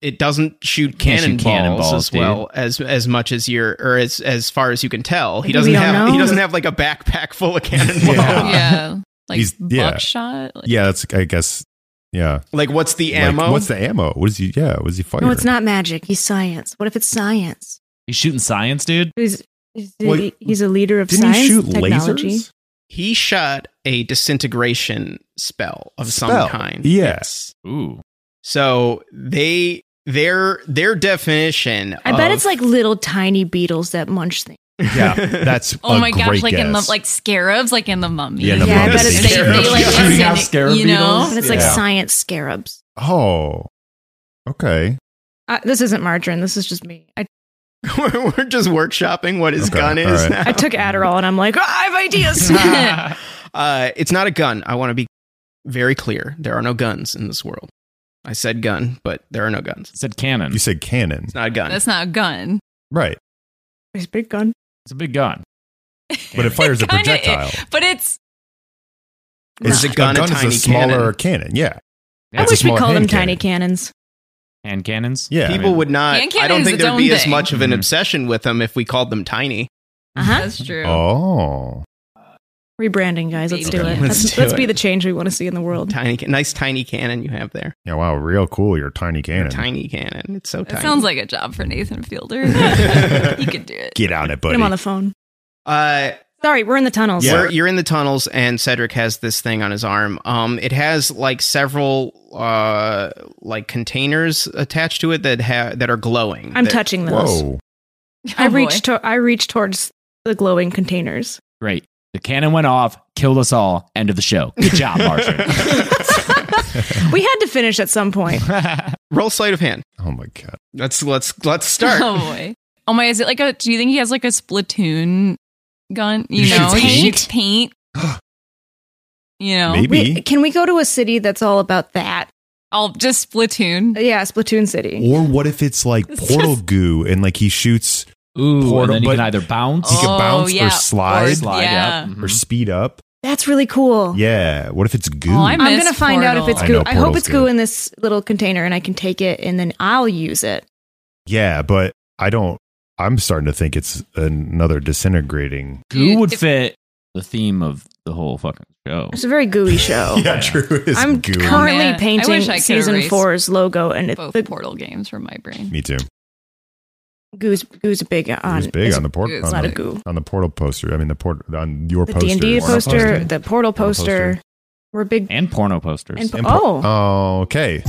Speaker 1: it doesn't shoot
Speaker 2: Can't
Speaker 1: cannonballs, as
Speaker 2: shoot cannonballs,
Speaker 1: well as as much as you're or as as far as you can tell. He
Speaker 3: We
Speaker 1: doesn't
Speaker 3: don't
Speaker 1: have
Speaker 3: know.
Speaker 1: he doesn't have like a backpack full of cannonballs.
Speaker 4: Yeah.
Speaker 5: yeah. Like
Speaker 4: He's- yeah.
Speaker 5: buckshot. Like,
Speaker 4: Yeah, that's I guess. Yeah,
Speaker 1: Like what's the
Speaker 4: Like,
Speaker 1: ammo?
Speaker 4: what's the ammo? What is he? Yeah, what is he fighting?
Speaker 3: No, it's not magic. He's science. What if it's science?
Speaker 2: He's shooting science, dude.
Speaker 3: He's he's,
Speaker 4: Well,
Speaker 3: he's a leader of
Speaker 4: Didn't
Speaker 3: science.
Speaker 4: he shoot
Speaker 3: technology.
Speaker 4: lasers?
Speaker 1: he shot a disintegration spell of some
Speaker 4: Spell.
Speaker 1: kind.
Speaker 4: Yeah.
Speaker 2: Ooh.
Speaker 1: So they their their definition.
Speaker 3: I bet
Speaker 1: of-
Speaker 3: it's
Speaker 4: Uh,
Speaker 3: like little tiny beetles that munch things.
Speaker 4: Yeah, that's.
Speaker 5: Oh
Speaker 4: a
Speaker 5: my gosh,
Speaker 4: great
Speaker 5: like in the
Speaker 4: guess.
Speaker 5: like scarabs, like in the mummy.
Speaker 4: Yeah, in the
Speaker 3: Yeah, I bet
Speaker 4: mummy.
Speaker 3: it's
Speaker 5: They- they,
Speaker 3: scarabs.
Speaker 5: like,
Speaker 3: Shooting
Speaker 2: out
Speaker 5: listen,
Speaker 2: scarab
Speaker 5: you know?
Speaker 3: But it's like
Speaker 4: Yeah.
Speaker 3: science scarabs.
Speaker 4: Oh, okay.
Speaker 3: Uh, this isn't margarine. This is just me. I,
Speaker 1: we're, we're just workshopping what his
Speaker 4: Okay,
Speaker 1: gun is.
Speaker 4: all right.
Speaker 1: now.
Speaker 3: I took Adderall and I'm like, "Ah, I have ideas.
Speaker 1: uh, it's not a gun. I want to be very clear. There are no guns in this world. I said gun, but there are no guns.
Speaker 2: It said cannon.
Speaker 4: You said cannon,
Speaker 1: It's not a gun.
Speaker 5: That's not a gun.
Speaker 4: right?
Speaker 3: His big gun.
Speaker 2: It's a big gun.
Speaker 4: But it fires a
Speaker 5: It kinda-
Speaker 4: projectile.
Speaker 5: But it's
Speaker 1: Is
Speaker 3: Nah.
Speaker 1: a gun a tiny
Speaker 4: is a smaller
Speaker 1: cannon?
Speaker 4: cannon. Yeah,
Speaker 2: Yeah,
Speaker 3: I
Speaker 4: it's a
Speaker 3: wish we
Speaker 4: smaller
Speaker 3: called them
Speaker 4: hand
Speaker 3: tiny cannons.
Speaker 2: Hand cannons.
Speaker 4: Yeah. Mm-hmm.
Speaker 2: I
Speaker 1: People
Speaker 2: mean,
Speaker 1: would not.
Speaker 5: Hand
Speaker 1: I
Speaker 5: cannon
Speaker 1: don't
Speaker 5: is
Speaker 1: think
Speaker 5: its
Speaker 1: there'd
Speaker 5: own
Speaker 1: be as
Speaker 5: thing.
Speaker 1: much of an
Speaker 2: Mhm.
Speaker 1: obsession with them if we called them tiny.
Speaker 3: Uh huh.
Speaker 5: that's true.
Speaker 4: Oh,
Speaker 3: Rebranding, guys. Let's do
Speaker 4: Okay.
Speaker 3: it.
Speaker 1: Let's
Speaker 3: Let's,
Speaker 1: do
Speaker 3: let's be
Speaker 1: it.
Speaker 3: the change we want to see in the world.
Speaker 1: Tiny, ca- nice tiny cannon you have there.
Speaker 4: yeah! Wow, real cool. Your tiny cannon.
Speaker 1: Tiny cannon. It's so
Speaker 5: That
Speaker 1: tiny.
Speaker 5: sounds like a job for Nathan Fielder. he could do it.
Speaker 4: Get on it,
Speaker 3: Put
Speaker 4: buddy.
Speaker 3: him on the phone.
Speaker 1: Uh,
Speaker 3: Sorry, we're in the tunnels.
Speaker 4: Yeah.
Speaker 1: We're, you're in the tunnels, and Cedric has this thing on his arm. Um, it has like several uh like containers attached to it that ha- that are glowing.
Speaker 3: I'm
Speaker 1: That-
Speaker 3: touching those.
Speaker 4: Whoa!
Speaker 3: I
Speaker 5: Oh, boy.
Speaker 3: reach to- I reach towards the glowing containers.
Speaker 2: Great. The cannon went off, killed us all. End of the show. Good job, Marjorie.
Speaker 3: We had to finish at some point.
Speaker 1: Roll sleight of hand.
Speaker 4: Oh my god!
Speaker 1: Let's let's let's start.
Speaker 5: Oh boy. Oh my, is it like a do you think he has like a splatoon gun? You
Speaker 4: He
Speaker 5: know?
Speaker 4: shoots
Speaker 5: He
Speaker 4: paint?
Speaker 5: shoots paint. you know.
Speaker 4: Maybe.
Speaker 3: We, can we go to a city that's all about that?
Speaker 5: I'll just splatoon.
Speaker 3: Yeah, Splatoon City.
Speaker 4: Or what if it's like
Speaker 5: It's
Speaker 4: portal
Speaker 5: just-
Speaker 4: goo and like he shoots,
Speaker 2: Ooh,
Speaker 4: Portal-
Speaker 2: and then you
Speaker 4: but-
Speaker 2: can either bounce,
Speaker 4: he
Speaker 5: Oh,
Speaker 4: can bounce
Speaker 5: yeah.
Speaker 4: or
Speaker 5: Or
Speaker 4: slide,
Speaker 2: slide
Speaker 5: yeah.
Speaker 2: up, mhm.
Speaker 4: or speed up.
Speaker 3: That's really cool.
Speaker 4: Yeah. What if it's
Speaker 5: Oh,
Speaker 4: goo?
Speaker 5: I'm-
Speaker 3: Oh. I'm
Speaker 5: Miss
Speaker 3: gonna find out if
Speaker 5: Portal.
Speaker 3: it's
Speaker 4: I
Speaker 3: goo.
Speaker 4: know
Speaker 3: I, hope
Speaker 4: Portal's
Speaker 3: it's goo
Speaker 4: good.
Speaker 3: in this little container, and I can take it, and then I'll use it.
Speaker 4: yeah, but I don't. I'm starting to think it's another disintegrating.
Speaker 2: Goo would
Speaker 5: If-
Speaker 2: fit the theme of the whole fucking show.
Speaker 3: It's a very gooey show.
Speaker 2: Yeah.
Speaker 4: It's
Speaker 3: I'm
Speaker 4: goo.
Speaker 5: current-
Speaker 3: currently
Speaker 5: Man, I
Speaker 3: painting
Speaker 5: wish I could
Speaker 3: season
Speaker 5: erase
Speaker 3: four's logo, and it,
Speaker 5: Both
Speaker 3: the
Speaker 5: portal games from my brain.
Speaker 4: Me too.
Speaker 3: goo's goo's big
Speaker 4: It
Speaker 3: on.
Speaker 4: was big
Speaker 3: it's
Speaker 4: on the portal.
Speaker 5: it's
Speaker 3: a
Speaker 4: On
Speaker 3: lot of
Speaker 4: the-
Speaker 3: goo.
Speaker 4: on the portal poster. I mean, the port on your
Speaker 3: The
Speaker 4: poster.
Speaker 3: D and D
Speaker 4: Portal
Speaker 3: poster, the
Speaker 4: Portal
Speaker 3: portal
Speaker 4: poster.
Speaker 3: poster. We're big.
Speaker 2: And porno posters.
Speaker 3: And-
Speaker 4: And
Speaker 3: Oh.
Speaker 4: oh, okay.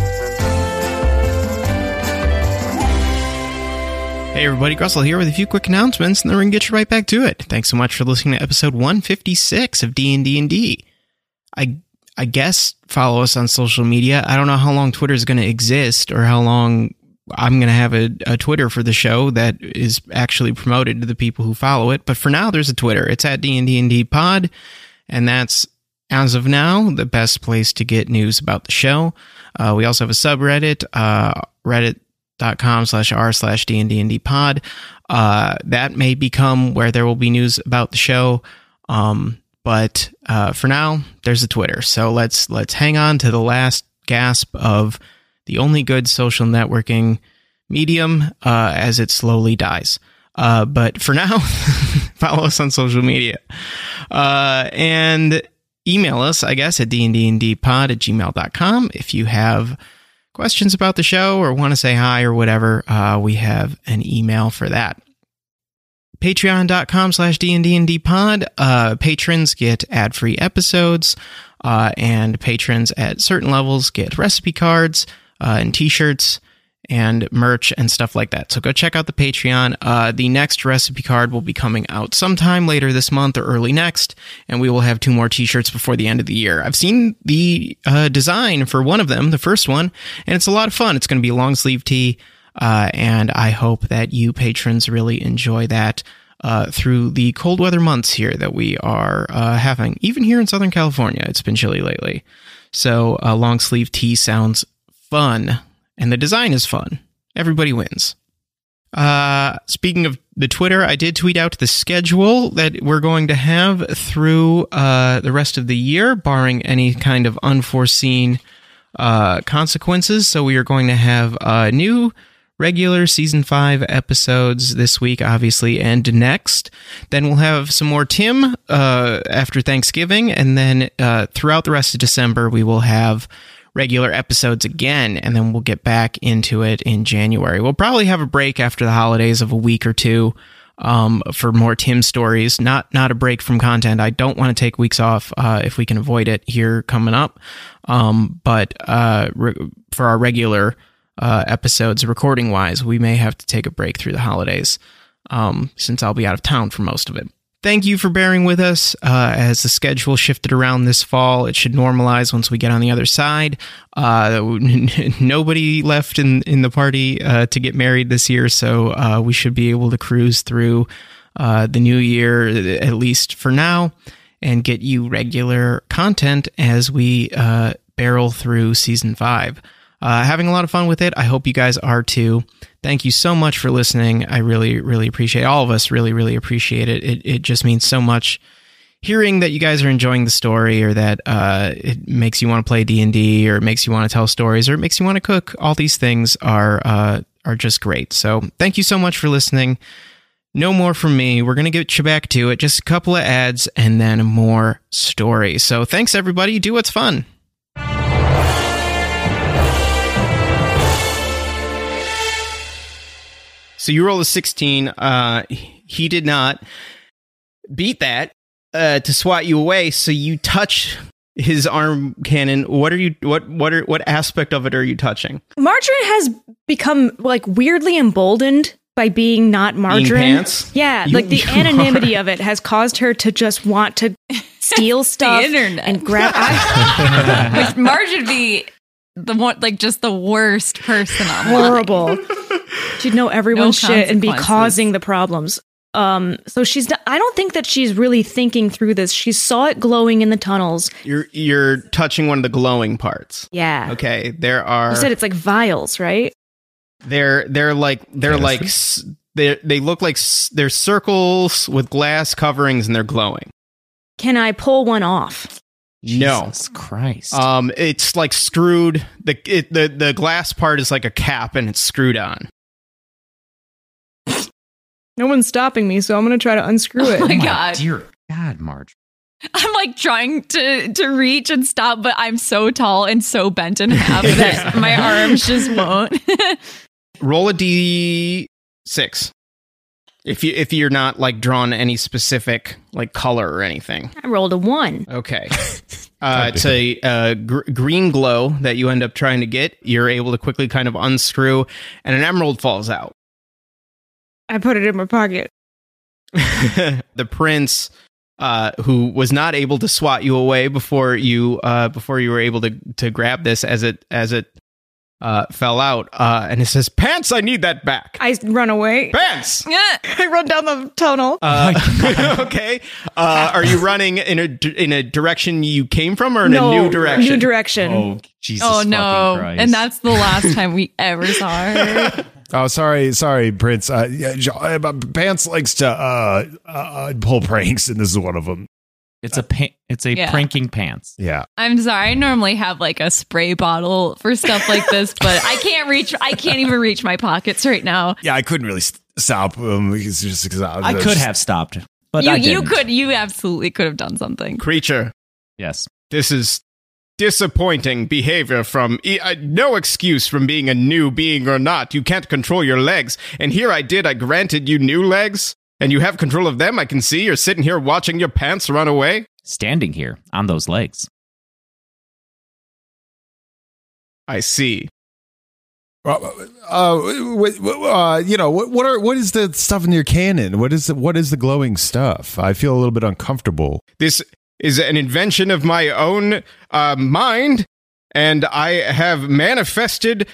Speaker 1: Hey everybody, Grussel here with a few quick announcements, and then we're gonna get you right back to it. Thanks so much for listening to episode 156 of D and D and D. I I guess follow us on social media. I don't know how long Twitter is gonna exist or how long I'm going to have a, a Twitter for the show that is actually promoted to the people who follow it. But for now, there's a Twitter. It's at D&D&D Pod, and that's as of now the best place to get news about the show. Uh, we also have a subreddit, uh, reddit.com slash r slash D&D Pod. Uh, that may become where there will be news about the show. Um, but uh, for now, there's a Twitter. So let's let's hang on to the last gasp of the only good social networking medium uh, as it slowly dies. Uh, but for now, follow us on social media uh, and email us, I guess, at dndndpod at gmail.com if you have questions about the show or want to say hi or whatever. Uh, we have an email for that patreon.com slash dndndpod uh, patrons get ad-free episodes uh, and patrons at certain levels get recipe cards uh, and t-shirts and merch and stuff like that so go check out the patreon uh, the next recipe card will be coming out sometime later this month or early next and we will have two more t-shirts before the end of the year i've seen the uh, design for one of them the first one and it's a lot of fun it's going to be a long sleeve tee uh, and I hope that you patrons really enjoy that uh, through the cold weather months here that we are uh, having. Even here in Southern California, it's been chilly lately. So a long sleeve tee sounds fun, and the design is fun. Everybody wins. Uh, speaking of the Twitter, I did tweet out the schedule that we're going to have through uh, the rest of the year, barring any kind of unforeseen uh, consequences. So we are going to have uh, new regular season five episodes this week, obviously, and next. Then we'll have some more Tim uh, after Thanksgiving, and then uh, throughout the rest of December, we will have regular episodes again, and then we'll get back into it in January. We'll probably have a break after the holidays of a week or two um, for more Tim stories. Not not a break from content. I don't want to take weeks off uh, if we can avoid it here coming up. Um, but uh, re- for our regular uh, episodes, recording wise, we may have to take a break through the holidays um, since I'll be out of town for most of it. Thank you for bearing with us uh, as the schedule shifted around this fall. It should normalize once we get on the other side. Uh, nobody left in, in the party uh, to get married this year, so uh, we should be able to cruise through uh, the new year, at least for now, and get you regular content as we uh, barrel through season five. Uh, having a lot of fun with it. I hope you guys are too. Thank you so much for listening. I really, really appreciate all of us. Really, really appreciate it. It it just means so much hearing that you guys are enjoying the story, or that uh, it makes you want to play D anD D, or it makes you want to tell stories, or it makes you want to cook. All these things are uh, are just great. So thank you so much for listening. No more from me. We're gonna get you back to it. Just a couple of ads and then more story. So thanks everybody. Do what's fun. So you roll a 16. Uh, he did not beat that uh, to swat you away. So you touch his arm cannon. What are you? What what are what aspect of it are you touching?
Speaker 3: Margarine has become like weirdly emboldened by being not
Speaker 1: Bean
Speaker 3: margarine.
Speaker 1: pants.
Speaker 3: Yeah,
Speaker 1: You-
Speaker 3: like the
Speaker 1: you
Speaker 3: anonymity of it has caused her to just want to steal stuff
Speaker 5: internet.
Speaker 3: and grab. I,
Speaker 5: Which Marge would be the one, like just the worst person on
Speaker 3: horrible. She'd know everyone's
Speaker 5: No
Speaker 3: shit and be
Speaker 5: consequences.
Speaker 3: causing the problems. Um, so she's. Not, I don't think that she's really thinking through this. She saw it glowing in the tunnels.
Speaker 1: You're you're touching one of the glowing parts.
Speaker 3: Yeah.
Speaker 1: Okay, there are
Speaker 3: You said it's like vials, right?
Speaker 1: they're they're like they're like s- they they look like s- they're circles with glass coverings and they're glowing.
Speaker 3: Can I pull one off?
Speaker 1: No.
Speaker 2: Jesus Christ.
Speaker 5: Oh
Speaker 1: Um, it's like screwed. The it, the the glass part is like a cap and it's screwed on.
Speaker 3: No one's stopping me, so I'm gonna try to unscrew
Speaker 5: it.
Speaker 2: oh my
Speaker 5: God.
Speaker 2: dear God, Marge.
Speaker 5: I'm like trying to to reach and stop, but I'm so tall and so bent in half that my arms just won't.
Speaker 1: roll a d six. If you if you're not like drawn to any specific like color or anything,
Speaker 3: I rolled a one.
Speaker 1: okay. Uh, it's a uh, gr- green glow that you end up trying to get. You're able to quickly kind of unscrew, and an emerald falls out.
Speaker 3: I put it in my pocket.
Speaker 1: the prince, uh, who was not able to swat you away before you uh, before you were able to to grab this as it as it uh, fell out, uh, and it says, "Pants, I need that back."
Speaker 3: I run away.
Speaker 1: Pants.
Speaker 5: Yeah.
Speaker 3: I run down the tunnel.
Speaker 1: Uh, okay. Uh, are you running in a d- in a direction you came from, or in
Speaker 3: No,
Speaker 1: a new direction?
Speaker 3: New direction.
Speaker 2: Oh Jesus!
Speaker 5: oh
Speaker 2: fucking
Speaker 5: no.
Speaker 2: Christ.
Speaker 5: And that's the last time we ever saw her.
Speaker 4: Oh, sorry, sorry, Prince. Uh, yeah, Jo- uh, but Pants likes to uh, uh, uh, pull pranks, and this is one of them.
Speaker 2: it's a pa- it's a
Speaker 5: Yeah.
Speaker 2: pranking pants.
Speaker 4: Yeah,
Speaker 5: I'm sorry. I normally have like a spray bottle for stuff like this, but I can't reach. I can't even reach my pockets right now.
Speaker 4: yeah. I couldn't really st- stop him. He's just because
Speaker 2: I could have stopped, but
Speaker 5: you
Speaker 2: I
Speaker 5: you
Speaker 2: didn't.
Speaker 5: could you absolutely could have done something.
Speaker 1: Creature,
Speaker 2: Yes.
Speaker 1: this is disappointing behavior from e- uh, no excuse from being a new being or not. You can't control your legs, and here I did. I granted you new legs, and you have control of them. I can see you're sitting here watching your pants run away.
Speaker 2: Standing here on those legs.
Speaker 1: I see.
Speaker 4: Uh, uh, wh- wh- uh, you know what? What are what is the stuff in your cannon? What is the, what is the glowing stuff? I feel a little bit uncomfortable.
Speaker 1: This is an invention of my own uh, mind, and I have manifested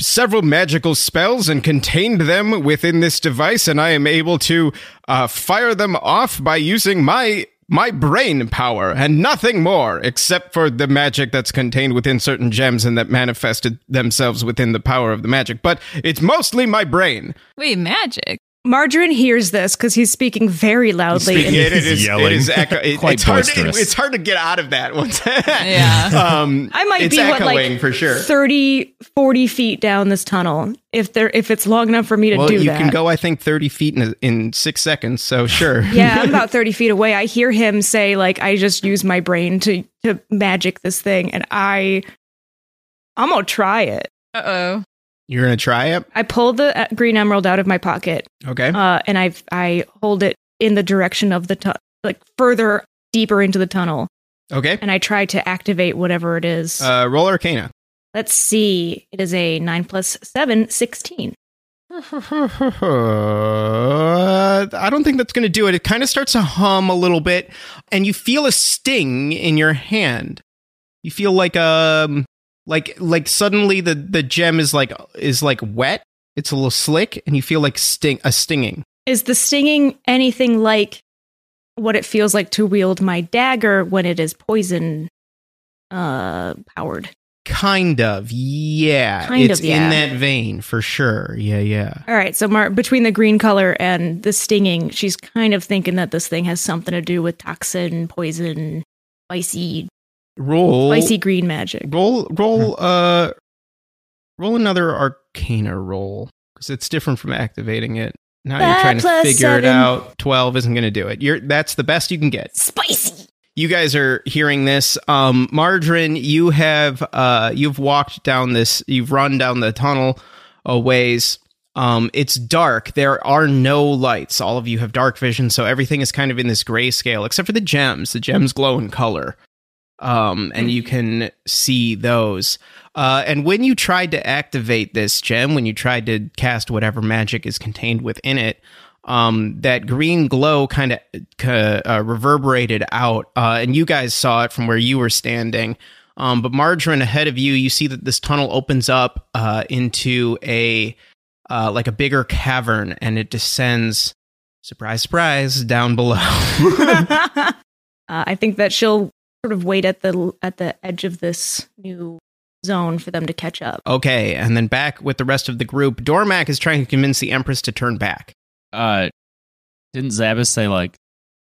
Speaker 1: several magical spells and contained them within this device, and I am able to uh, fire them off by using my my brain power and nothing more except for the magic that's contained within certain gems and that manifested themselves within the power of the magic but it's mostly my brain
Speaker 5: Wait, magic.
Speaker 3: Margarine hears this because he's speaking very loudly.
Speaker 1: Speaking-
Speaker 3: and
Speaker 1: it, it is
Speaker 4: Yelling.
Speaker 1: It is echo- it-
Speaker 2: Quite
Speaker 1: it's hard. it-
Speaker 2: boisterous.
Speaker 1: it's hard to get out of that once.
Speaker 5: Yeah.
Speaker 1: Um,
Speaker 3: I might
Speaker 1: it's
Speaker 3: be what,
Speaker 1: echoing
Speaker 3: like
Speaker 1: for sure.
Speaker 3: 30, 40 feet down this tunnel if there if it's long enough for me to
Speaker 1: well,
Speaker 3: do
Speaker 1: you
Speaker 3: that.
Speaker 1: can go. I think thirty feet in, in six seconds. So sure.
Speaker 3: yeah, I'm about 30 feet away. I hear him say, like, I just use my brain to, to magic this thing. And I, I'm going to try it.
Speaker 5: Uh oh.
Speaker 1: You're gonna try it.
Speaker 3: I pull the uh, green emerald out of my pocket
Speaker 1: Okay.
Speaker 3: uh, and I, I hold it in the direction of the, tu- like, further deeper into the tunnel.
Speaker 1: okay.
Speaker 3: And I try to activate whatever it is.
Speaker 1: Uh, roll Arcana.
Speaker 3: Let's see. It is a 9 plus 7, 16.
Speaker 1: I don't think that's gonna do it. It kind of starts to hum a little bit, and you feel a sting in your hand. You feel like um, like like suddenly the the gem is like is like wet. It's a little slick, and you feel like sting a stinging.
Speaker 3: Is the stinging anything like what it feels like to wield my dagger when it is poison uh, powered?
Speaker 1: Kind of, yeah.
Speaker 3: Kind
Speaker 1: it's
Speaker 3: of, yeah.
Speaker 1: in that vein for sure. Yeah, yeah.
Speaker 3: All right, so Mar- between the green color and the stinging, she's kind of thinking that this thing has something to do with toxin, poison, spicy,
Speaker 1: Roll,
Speaker 3: spicy green magic.
Speaker 1: roll, roll. Uh, roll another Arcana roll because it's different from activating it. Now
Speaker 3: Five
Speaker 1: you're trying to
Speaker 3: plus
Speaker 1: figure it
Speaker 3: seven.
Speaker 1: out. Twelve isn't going to do it. You're that's the best you can get.
Speaker 3: Spicy.
Speaker 1: you guys are hearing this um margarine you have uh you've walked down this you've run down the tunnel a ways um it's dark there are no lights all of you have dark vision so everything is kind of in this grayscale except for the gems the gems glow in color um and you can see those uh and when you tried to activate this gem when you tried to cast whatever magic is contained within it um, that green glow kind of uh, reverberated out, uh, and you guys saw it from where you were standing. Um, but Margarine, ahead of you, you see that this tunnel opens up uh, into a uh, like a bigger cavern, and it descends. Surprise, surprise! Down below.
Speaker 3: uh, I think that she'll sort of wait at the at the edge of this new zone for them to catch up.
Speaker 1: okay, and then back with the rest of the group. Dormac is trying to convince the Empress to turn back.
Speaker 2: Uh, didn't Zabas say like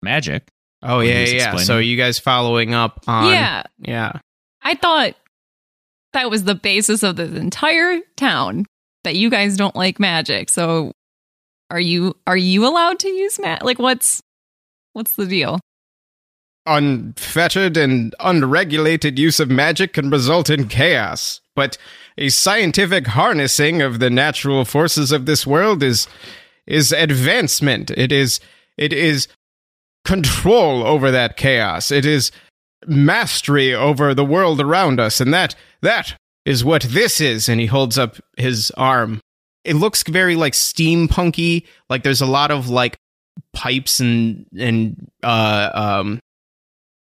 Speaker 2: magic?
Speaker 1: Oh
Speaker 2: When
Speaker 1: yeah,
Speaker 2: he's
Speaker 1: yeah. yeah.
Speaker 2: explaining.
Speaker 1: So you guys following up on?
Speaker 5: yeah.
Speaker 1: yeah.
Speaker 5: I thought that was the basis of this entire town that you guys don't like magic. So are you are you allowed to use magic? Like what's what's the deal?
Speaker 1: unfettered and unregulated use of magic can result in chaos, but a scientific harnessing of the natural forces of this world is is advancement. It is it is control over that chaos. It is mastery over the world around us, and that that is what this is. And he holds up his arm. It looks very like steampunky. Like there's a lot of like pipes and and uh um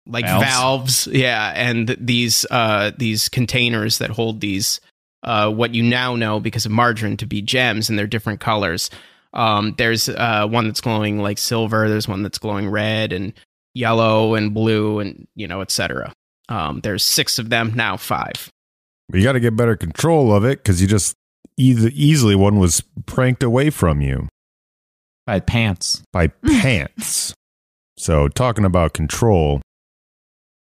Speaker 1: like
Speaker 2: Valves?
Speaker 1: valves, yeah, and these uh these containers that hold these uh, what you now know because of margarine to be gems, and they're different colors. Um, there's uh, one that's glowing like silver. There's one that's glowing red and yellow and blue, and you know, etc. Um, there's six of them now, five.
Speaker 4: You got to get better control of it because you just either easily one was pranked away from you
Speaker 2: by pants.
Speaker 4: by pants. So talking about control,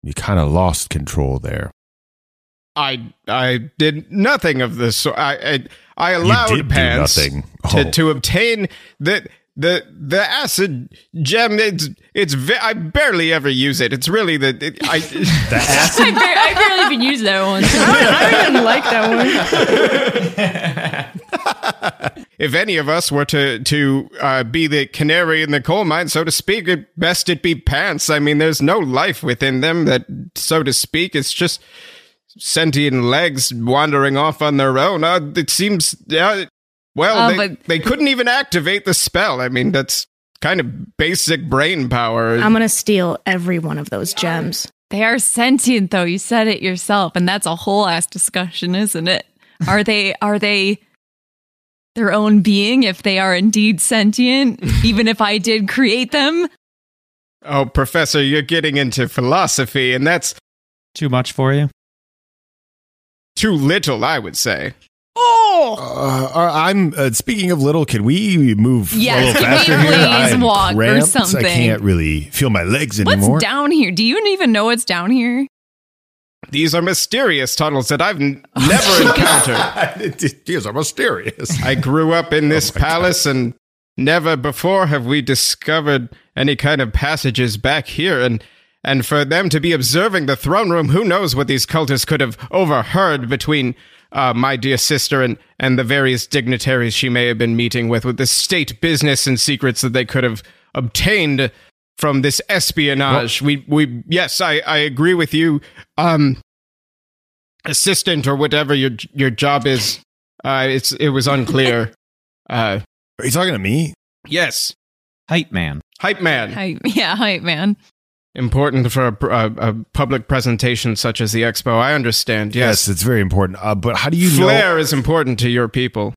Speaker 4: you kind of lost control there.
Speaker 1: I I did nothing of this. So I I, I
Speaker 4: You
Speaker 1: allowed
Speaker 4: did do
Speaker 1: pants
Speaker 4: nothing.
Speaker 1: to,
Speaker 4: Oh.
Speaker 1: to obtain the the the acid gem. It's it's ve- I barely ever use it. It's really the it, I
Speaker 4: the ass.
Speaker 5: I, bar- I barely even used that one.
Speaker 3: I didn't like that one.
Speaker 1: if any of us were to to uh, be the canary in the coal mine, so to speak, it best it be pants. I mean, there's no life within them that, so to speak, it's just sentient legs wandering off on their own. Uh, it seems, uh, well,
Speaker 5: Uh,
Speaker 1: they,
Speaker 5: but-
Speaker 1: they couldn't even activate the spell. I mean, that's kind of basic brain power.
Speaker 3: I'm gonna steal every one of those gems.
Speaker 5: They are sentient though. You said it yourself, and that's a whole ass discussion, isn't it? Are they are they their own being if they are indeed sentient, even if I did create them?
Speaker 1: oh, Professor, you're getting into philosophy, and that's
Speaker 2: Too much for you?
Speaker 1: too little, I would say.
Speaker 4: Uh, I'm uh, speaking of little. Can we move
Speaker 5: Yes,
Speaker 4: a little
Speaker 5: can we
Speaker 4: faster here?
Speaker 5: please
Speaker 4: I am
Speaker 5: walk or
Speaker 4: cramped.
Speaker 5: something?
Speaker 4: I can't really feel my legs
Speaker 5: What's
Speaker 4: anymore.
Speaker 5: down here? Do you even know what's down here?
Speaker 1: These are mysterious tunnels that I've n- never encountered.
Speaker 4: These are mysterious.
Speaker 1: I grew up in this palace and never before have we discovered any kind of passages back here and and for them to be observing the throne room, who knows what these cultists could have overheard between uh, my dear sister and, and the various dignitaries she may have been meeting with, with the state business and secrets that they could have obtained from this espionage. we, we, yes, I, I agree with you. Um, assistant or whatever your your job is. Uh, it's it was unclear. Uh,
Speaker 4: Are you talking to me?
Speaker 1: yes,
Speaker 2: Height man.
Speaker 1: hype man,
Speaker 5: Hi, yeah, hype man.
Speaker 1: important for a, pr- a, a public presentation such as the expo. I understand. Yes,
Speaker 4: it's very important. Uh, but how do you know?
Speaker 1: flair is important to your people.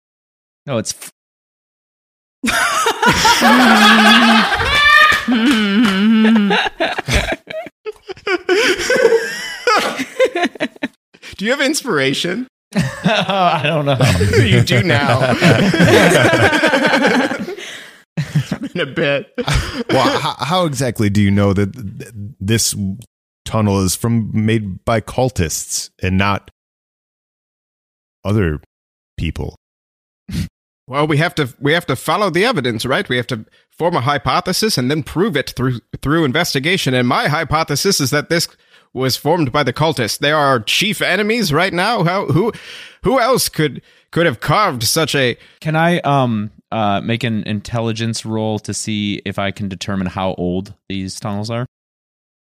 Speaker 2: No, it's f-
Speaker 1: Do you have inspiration?
Speaker 2: I don't know.
Speaker 1: you do now. in a bit.
Speaker 4: well, how, how exactly do you know that th- this tunnel is from made by cultists and not other people?
Speaker 1: Well, we have to we have to follow the evidence, right? We have to form a hypothesis and then prove it through through investigation. And my hypothesis is that this was formed by the cultists. They are our chief enemies right now. How who who else could could have carved such a
Speaker 2: Can I um uh make an intelligence roll to see if I can determine how old these tunnels are?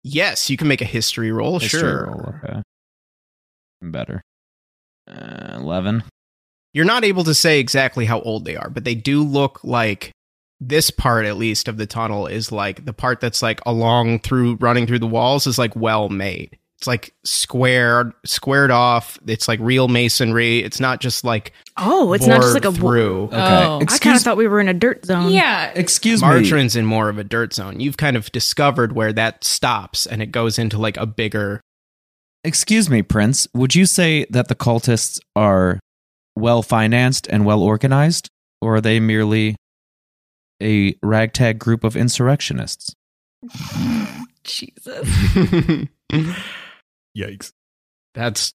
Speaker 1: Yes, you can make a history roll,
Speaker 2: History
Speaker 1: sure.
Speaker 2: roll, okay. Even Better. Uh, Eleven.
Speaker 1: You're not able to say exactly how old they are, but they do look like this part at least of the tunnel is like the part that's like along through running through the walls is like well made. It's like squared squared off. It's like real masonry. It's not just like
Speaker 3: Oh, it's not just like a.
Speaker 1: bored
Speaker 3: wo-
Speaker 1: through.
Speaker 5: Oh.
Speaker 3: I kind of thought we were in a dirt zone.
Speaker 5: Yeah.
Speaker 2: Excuse me.
Speaker 1: Margarine's in more of a dirt zone. You've kind of discovered where that stops and it goes into like a bigger
Speaker 2: Excuse me, Prince. Would you say that the cultists are well financed and well organized, or are they merely a ragtag group of insurrectionists?
Speaker 5: Jesus.
Speaker 4: Yikes!
Speaker 1: That's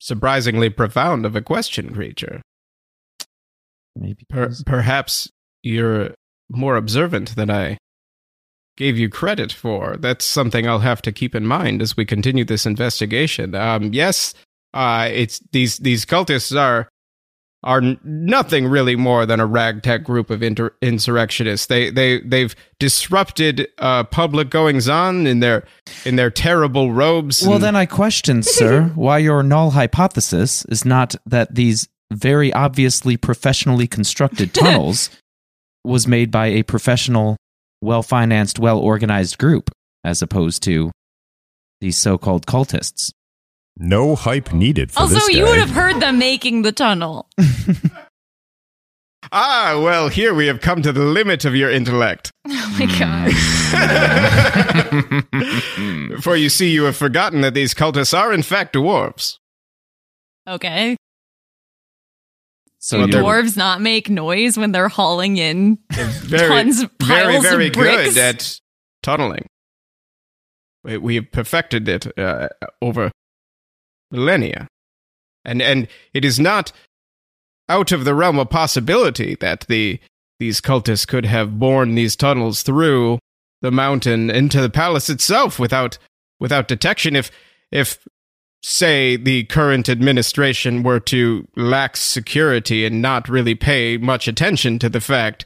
Speaker 1: surprisingly profound of a question, creature.
Speaker 2: Maybe.
Speaker 1: Per- perhaps you're more observant than I gave you credit for. That's something I'll have to keep in mind as we continue this investigation. Um, yes, uh, it's these these cultists are are n- nothing really more than a ragtag group of inter- insurrectionists. They they they've disrupted uh, public goings on in their in their terrible robes.
Speaker 2: Well,
Speaker 1: and-
Speaker 2: then I question, sir, why your null hypothesis is not that these very obviously professionally constructed tunnels was made by a professional, well financed, well organized group, as opposed to these so called cultists.
Speaker 6: No hype needed for
Speaker 5: also,
Speaker 6: this
Speaker 5: you
Speaker 6: guy.
Speaker 5: would have heard them making the tunnel.
Speaker 1: Ah, well, here we have come to the limit of your intellect.
Speaker 5: Oh
Speaker 2: Hmm.
Speaker 5: my god.
Speaker 1: Hmm. For you see, you have forgotten that these cultists are in fact dwarves.
Speaker 5: Okay.
Speaker 2: So
Speaker 1: Well,
Speaker 2: you-
Speaker 1: they're-
Speaker 5: Dwarves not make noise when they're hauling in
Speaker 1: Very,
Speaker 5: tons,
Speaker 1: very,
Speaker 5: piles
Speaker 1: very
Speaker 5: of bricks.
Speaker 1: good at tunneling. We, we have perfected it uh, over millennia, and and it is not out of the realm of possibility that the these cultists could have borne these tunnels through the mountain into the palace itself without without detection. If if say the current administration were to lack security and not really pay much attention to the fact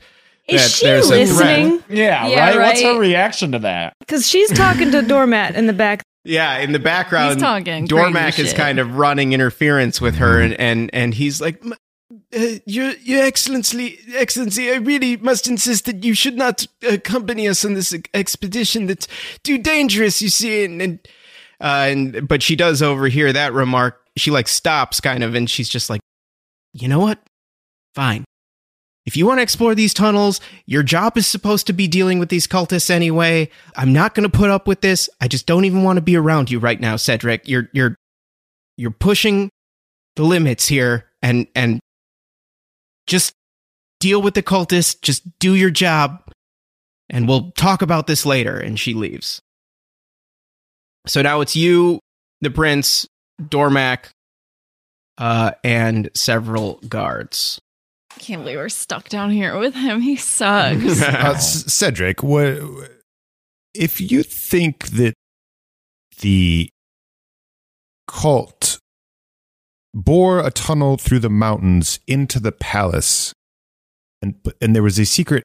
Speaker 3: Is
Speaker 1: that
Speaker 3: she
Speaker 1: there's a threat.
Speaker 3: listening?
Speaker 2: yeah,
Speaker 5: Yeah, right.
Speaker 2: reaction to that?
Speaker 3: Because she's talking to Dormat in the back.
Speaker 1: Yeah, in the background,
Speaker 5: He's talking
Speaker 1: Dormac
Speaker 5: crazy
Speaker 1: is
Speaker 5: shit.
Speaker 1: kind of running interference with her, and and, and he's like, "M- uh, "Your Your Excellency, Excellency, I really must insist that you should not accompany us on this ex- expedition. That's too dangerous, you see." And and, uh, and but she does overhear that remark. She like stops, kind of, and she's just like, "You know what? Fine." If you want to explore these tunnels, your job is supposed to be dealing with these cultists anyway. I'm not going to put up with this. I just don't even want to be around you right now, Cedric. You're you're you're pushing the limits here and and just deal with the cultists, just do your job and we'll talk about this later and she leaves. So now it's you, the prince, Dormac, uh, and several guards.
Speaker 5: Can't believe we're stuck down here with him. He sucks.
Speaker 6: Uh, C- Cedric, what, if you think that the cult bore a tunnel through the mountains into the palace, and but- and there was a secret,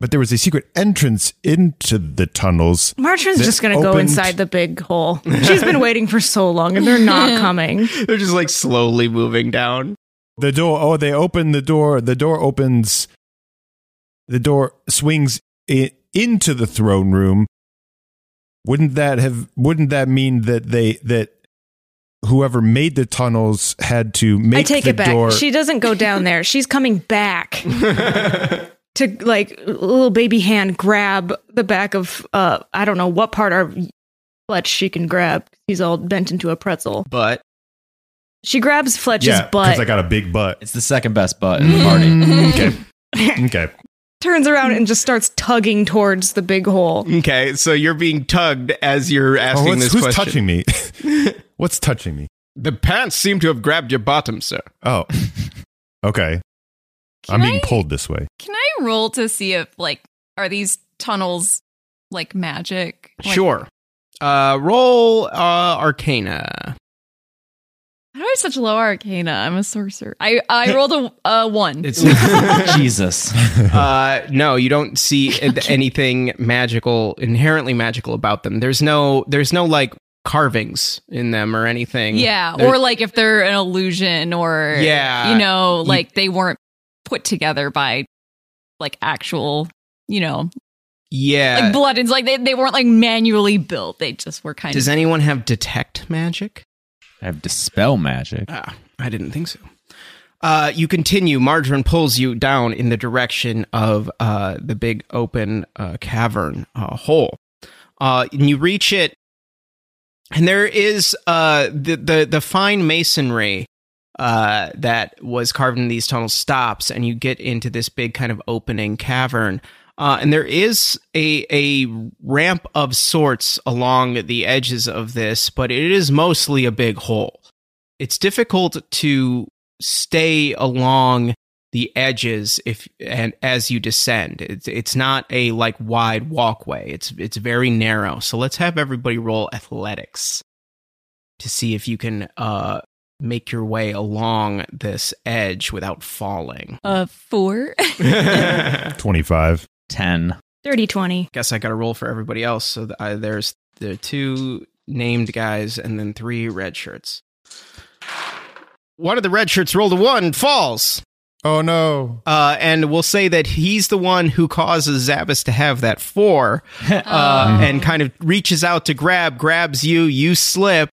Speaker 6: but there was a secret entrance into the tunnels.
Speaker 3: Martin's
Speaker 6: That
Speaker 3: just going to go
Speaker 6: opened-
Speaker 3: inside the big hole. She's been waiting for so long and they're not coming.
Speaker 1: They're just like slowly moving down.
Speaker 6: The door. Oh, they open the door. The door opens. The door swings i into the throne room. Wouldn't that have? Wouldn't that mean that they that whoever made the tunnels had to make
Speaker 3: I take
Speaker 6: the
Speaker 3: it back.
Speaker 6: door?
Speaker 3: She doesn't go down there. She's coming back to like little baby hand grab the back of uh I don't know what part of Fletch she can grab. He's all bent into a pretzel.
Speaker 1: But
Speaker 3: She grabs Fletch's
Speaker 6: yeah,
Speaker 3: butt,
Speaker 6: I got a big butt.
Speaker 2: It's the second best butt in the party.
Speaker 6: okay. Okay.
Speaker 3: turns around and just starts tugging towards the big hole.
Speaker 1: okay, so you're being tugged as you're
Speaker 6: Oh,
Speaker 1: asking
Speaker 6: what's,
Speaker 1: this
Speaker 6: who's
Speaker 1: question.
Speaker 6: touching me? what's touching me?
Speaker 1: The pants seem to have grabbed your bottom, sir.
Speaker 6: Oh. Okay.
Speaker 5: Can
Speaker 6: I'm being
Speaker 5: I-
Speaker 6: pulled this way.
Speaker 5: Can I roll to see if like are these tunnels like magic? Like,
Speaker 1: sure. Uh, roll uh, Arcana.
Speaker 5: How do I have such low arcana? I'm a sorcerer. I I rolled a, a one.
Speaker 1: It's
Speaker 2: Jesus.
Speaker 1: uh, no, you don't see ed- anything magical, inherently magical about them. There's no, there's no like carvings in them or anything.
Speaker 5: yeah,
Speaker 1: They're-
Speaker 5: or like if they're an illusion, or
Speaker 1: Yeah.
Speaker 5: you know,
Speaker 1: You-
Speaker 5: like they weren't put together by like actual, you know,
Speaker 1: yeah.
Speaker 5: like blood. It's like they they weren't like manually built. They just were kind
Speaker 1: Does
Speaker 5: of.
Speaker 1: anyone have detect magic?
Speaker 2: I have dispel magic.
Speaker 1: Ah, I didn't think so. Uh, you continue. Margarine pulls you down in the direction of uh, the big open uh, cavern uh, hole, uh, and you reach it. And there is uh, the, the the fine masonry uh, that was carved in these tunnels stops, and you get into this big kind of opening cavern. Uh, and there is a a ramp of sorts along the edges of this, but it is mostly a big hole it's difficult to stay along the edges if and as you descend it's it's not a like wide walkway it's it's very narrow so let's have everybody roll athletics to see if you can uh make your way along this edge without falling
Speaker 5: A four.
Speaker 6: 25.
Speaker 2: 10.
Speaker 3: Dirty 20.
Speaker 1: guess i got a roll for everybody else so th- I, there's the two named guys and then three red shirts one of the red shirts rolled a one falls
Speaker 6: Oh no.
Speaker 1: Uh, and we'll say that he's the one who causes Zabbis to have that four, uh,
Speaker 5: Oh.
Speaker 1: and kind of reaches out to grab, grabs you, you slip,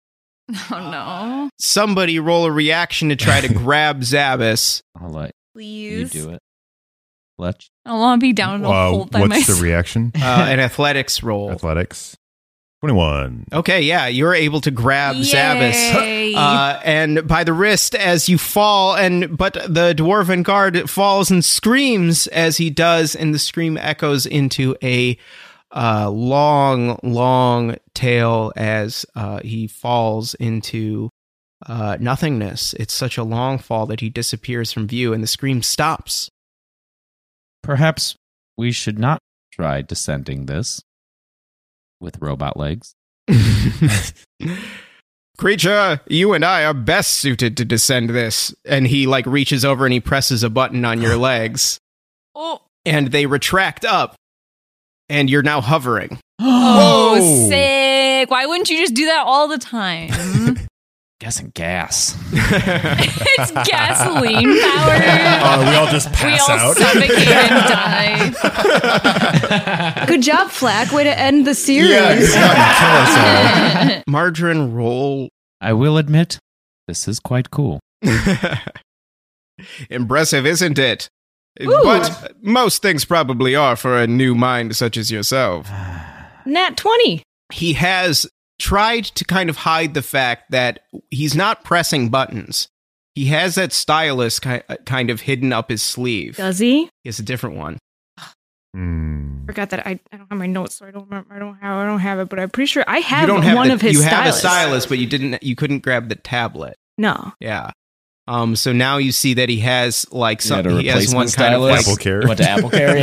Speaker 5: Oh no.
Speaker 1: Somebody roll a reaction to try to grab Zabbis.
Speaker 2: I'll let
Speaker 5: Please.
Speaker 2: you do it. Fletch.
Speaker 5: I don't want to be down in a
Speaker 6: Uh,
Speaker 5: hole by
Speaker 6: what's
Speaker 5: myself.
Speaker 6: the reaction?
Speaker 1: Uh, an athletics roll.
Speaker 6: Athletics. 21.
Speaker 1: Okay, yeah, you're able to grab Zabbis.
Speaker 5: Yay.
Speaker 1: uh, and by the wrist as you fall and but the dwarven guard falls and screams as he does and the scream echoes into a uh, long long tail as uh, he falls into uh, nothingness it's such a long fall that he disappears from view and the scream stops
Speaker 2: Perhaps we should not try descending this with robot legs.
Speaker 1: creature you and i are best suited to descend this and he like reaches over and he presses a button on your legs
Speaker 5: oh,
Speaker 1: and they retract up and you're now hovering
Speaker 5: oh
Speaker 6: Whoa.
Speaker 5: sick. Why wouldn't you just do that all the time?
Speaker 2: Gas and gas.
Speaker 5: it's gasoline powered.
Speaker 6: Uh, we all just
Speaker 5: we
Speaker 6: pass
Speaker 5: all
Speaker 6: out.
Speaker 5: suffocate and die.
Speaker 3: Good job, Flack. Way to end the series.
Speaker 6: Yeah, good job. Kill us all. Uh,
Speaker 1: margarine roll
Speaker 2: I will admit, this is quite cool.
Speaker 1: impressive isn't it but most things probably are for a new mind such as yourself
Speaker 3: Nat 20.
Speaker 1: he has tried to kind of hide the fact that he's not pressing buttons he has that stylus ki- uh, kind of hidden up his sleeve
Speaker 3: Does he?
Speaker 1: he has a different one
Speaker 6: Hmm.
Speaker 3: Forgot that I, I don't have my notes, so I don't remember. I don't have. I don't have it, but I'm pretty sure I have,
Speaker 1: you don't have
Speaker 3: one
Speaker 1: the-
Speaker 3: of his
Speaker 1: you have a
Speaker 3: stylus.
Speaker 1: stylus but you didn't you couldn't grab the tablet
Speaker 3: No,
Speaker 1: Yeah. Um. So now you see that he has like
Speaker 2: Is
Speaker 1: some.
Speaker 2: that a
Speaker 1: He has one
Speaker 2: replacement
Speaker 1: kind of like.
Speaker 2: stylus?
Speaker 6: Apple care.
Speaker 2: What to Apple carry?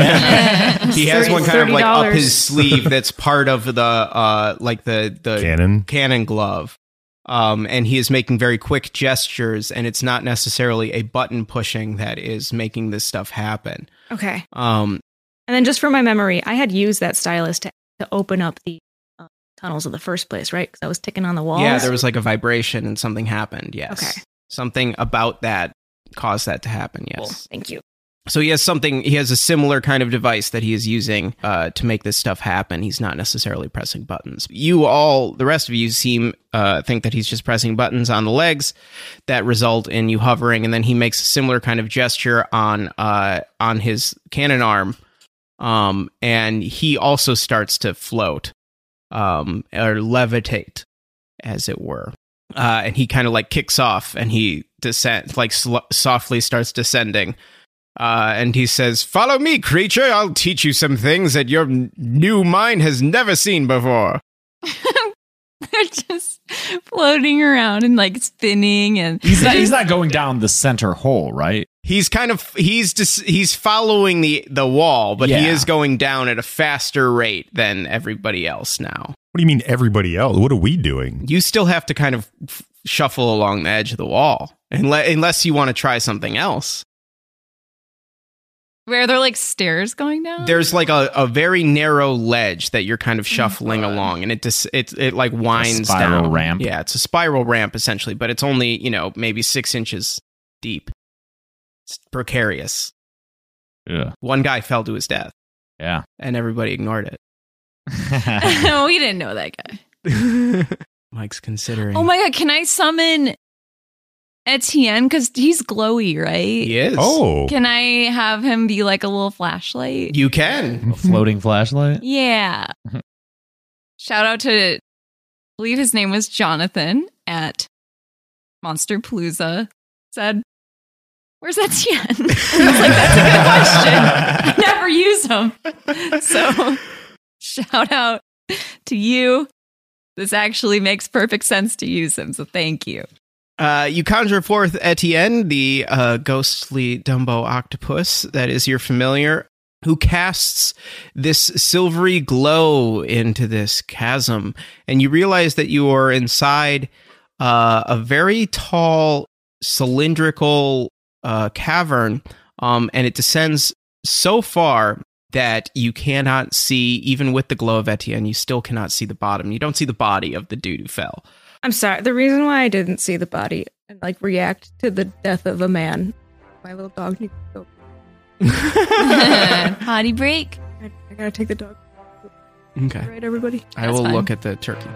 Speaker 1: He has
Speaker 3: Thirty-
Speaker 1: one kind of like up
Speaker 3: $30.
Speaker 1: his sleeve that's part of the uh like the the cannon,
Speaker 6: Cannon.
Speaker 1: glove. Um, and he is making very quick gestures, and it's not necessarily a button pushing that is making this stuff happen.
Speaker 3: okay.
Speaker 1: Um,
Speaker 3: And then just for my memory, I had used that stylus to to open up the uh, tunnels in the first place, right? Because I was ticking on the walls.
Speaker 1: yeah, there was like a vibration, and something happened. Yes,
Speaker 3: Okay.
Speaker 1: something about that caused that to happen. Yes,
Speaker 3: Thank you.
Speaker 1: So he has something. He has a similar kind of device that he is using uh, to make this stuff happen. He's not necessarily pressing buttons. You all, the rest of you, seem uh, think that he's just pressing buttons on the legs that result in you hovering, and then he makes a similar kind of gesture on uh, on his cannon arm, um, and he also starts to float um, or levitate, as it were. Uh, and he kind of like kicks off, and he descends like sl- softly starts descending. Uh, and he says, Follow me, creature. I'll teach you some things that your n- new mind has never seen before.
Speaker 5: They're just floating around and like spinning and
Speaker 2: He's not, he's not going down the center hole, right?
Speaker 1: He's kind of he's dis- he's following the the wall, but he
Speaker 2: Yeah.
Speaker 1: is going down at a faster rate than everybody else now.
Speaker 6: What do you mean everybody else? What are we doing?
Speaker 1: You still have to kind of f- shuffle along the edge of the wall, unless unless you want to try something else.
Speaker 5: where they're like stairs going down.
Speaker 1: There's like a, a very narrow ledge that you're kind of shuffling along, and it dis- it it like winds
Speaker 2: Oh spiral
Speaker 1: down.
Speaker 2: ramp.
Speaker 1: Yeah, it's a spiral ramp essentially, but it's only you know maybe six inches deep. It's precarious.
Speaker 2: Yeah.
Speaker 1: One guy fell to his death,
Speaker 2: Yeah.
Speaker 1: and everybody ignored it.
Speaker 5: we Oh, didn't know that guy.
Speaker 1: Mike's considering.
Speaker 5: Oh my god, can I summon Etienne? Because he's glowy, right?
Speaker 1: He is.
Speaker 6: Oh,
Speaker 5: Can I have him be like a little flashlight?
Speaker 1: you can.
Speaker 2: A floating flashlight.
Speaker 5: Yeah. Shout out to, I believe his name was Jonathan at Monster Palooza. Said, "Where's Etienne?" I was like, "That's a good question. I never use them." So, shout out to you. This actually makes perfect sense to use him. So, thank you.
Speaker 1: Uh, you conjure forth Etienne, the uh, ghostly Dumbo octopus that is your familiar, who casts this silvery glow into this chasm. And you realize that you are inside uh, a very tall, cylindrical uh, cavern, um, and it descends so far that you cannot see, even with the glow of Etienne, you still cannot see the bottom. You don't see the body of the dude who fell.
Speaker 3: I'm sorry. The reason why I didn't see the body and like react to the death of a man, my little dog. needs to go.
Speaker 5: Potty break.
Speaker 3: I, I gotta take the dog.
Speaker 1: Okay.
Speaker 3: All right, everybody.
Speaker 1: I
Speaker 5: That's
Speaker 1: will
Speaker 5: fine.
Speaker 1: look at the turkey.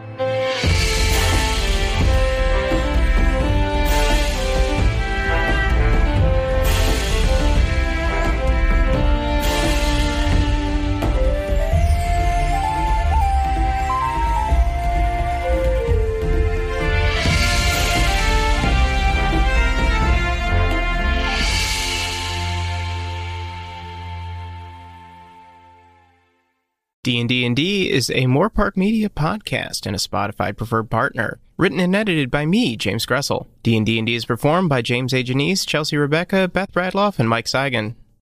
Speaker 1: D&D and D is a Moore Park Media podcast and a Spotify preferred partner. Written and edited by me, James Gressel. D&D and D is performed by James A. Janice, Chelsea Rebecca, Beth Bradloff, and Mike Seigan.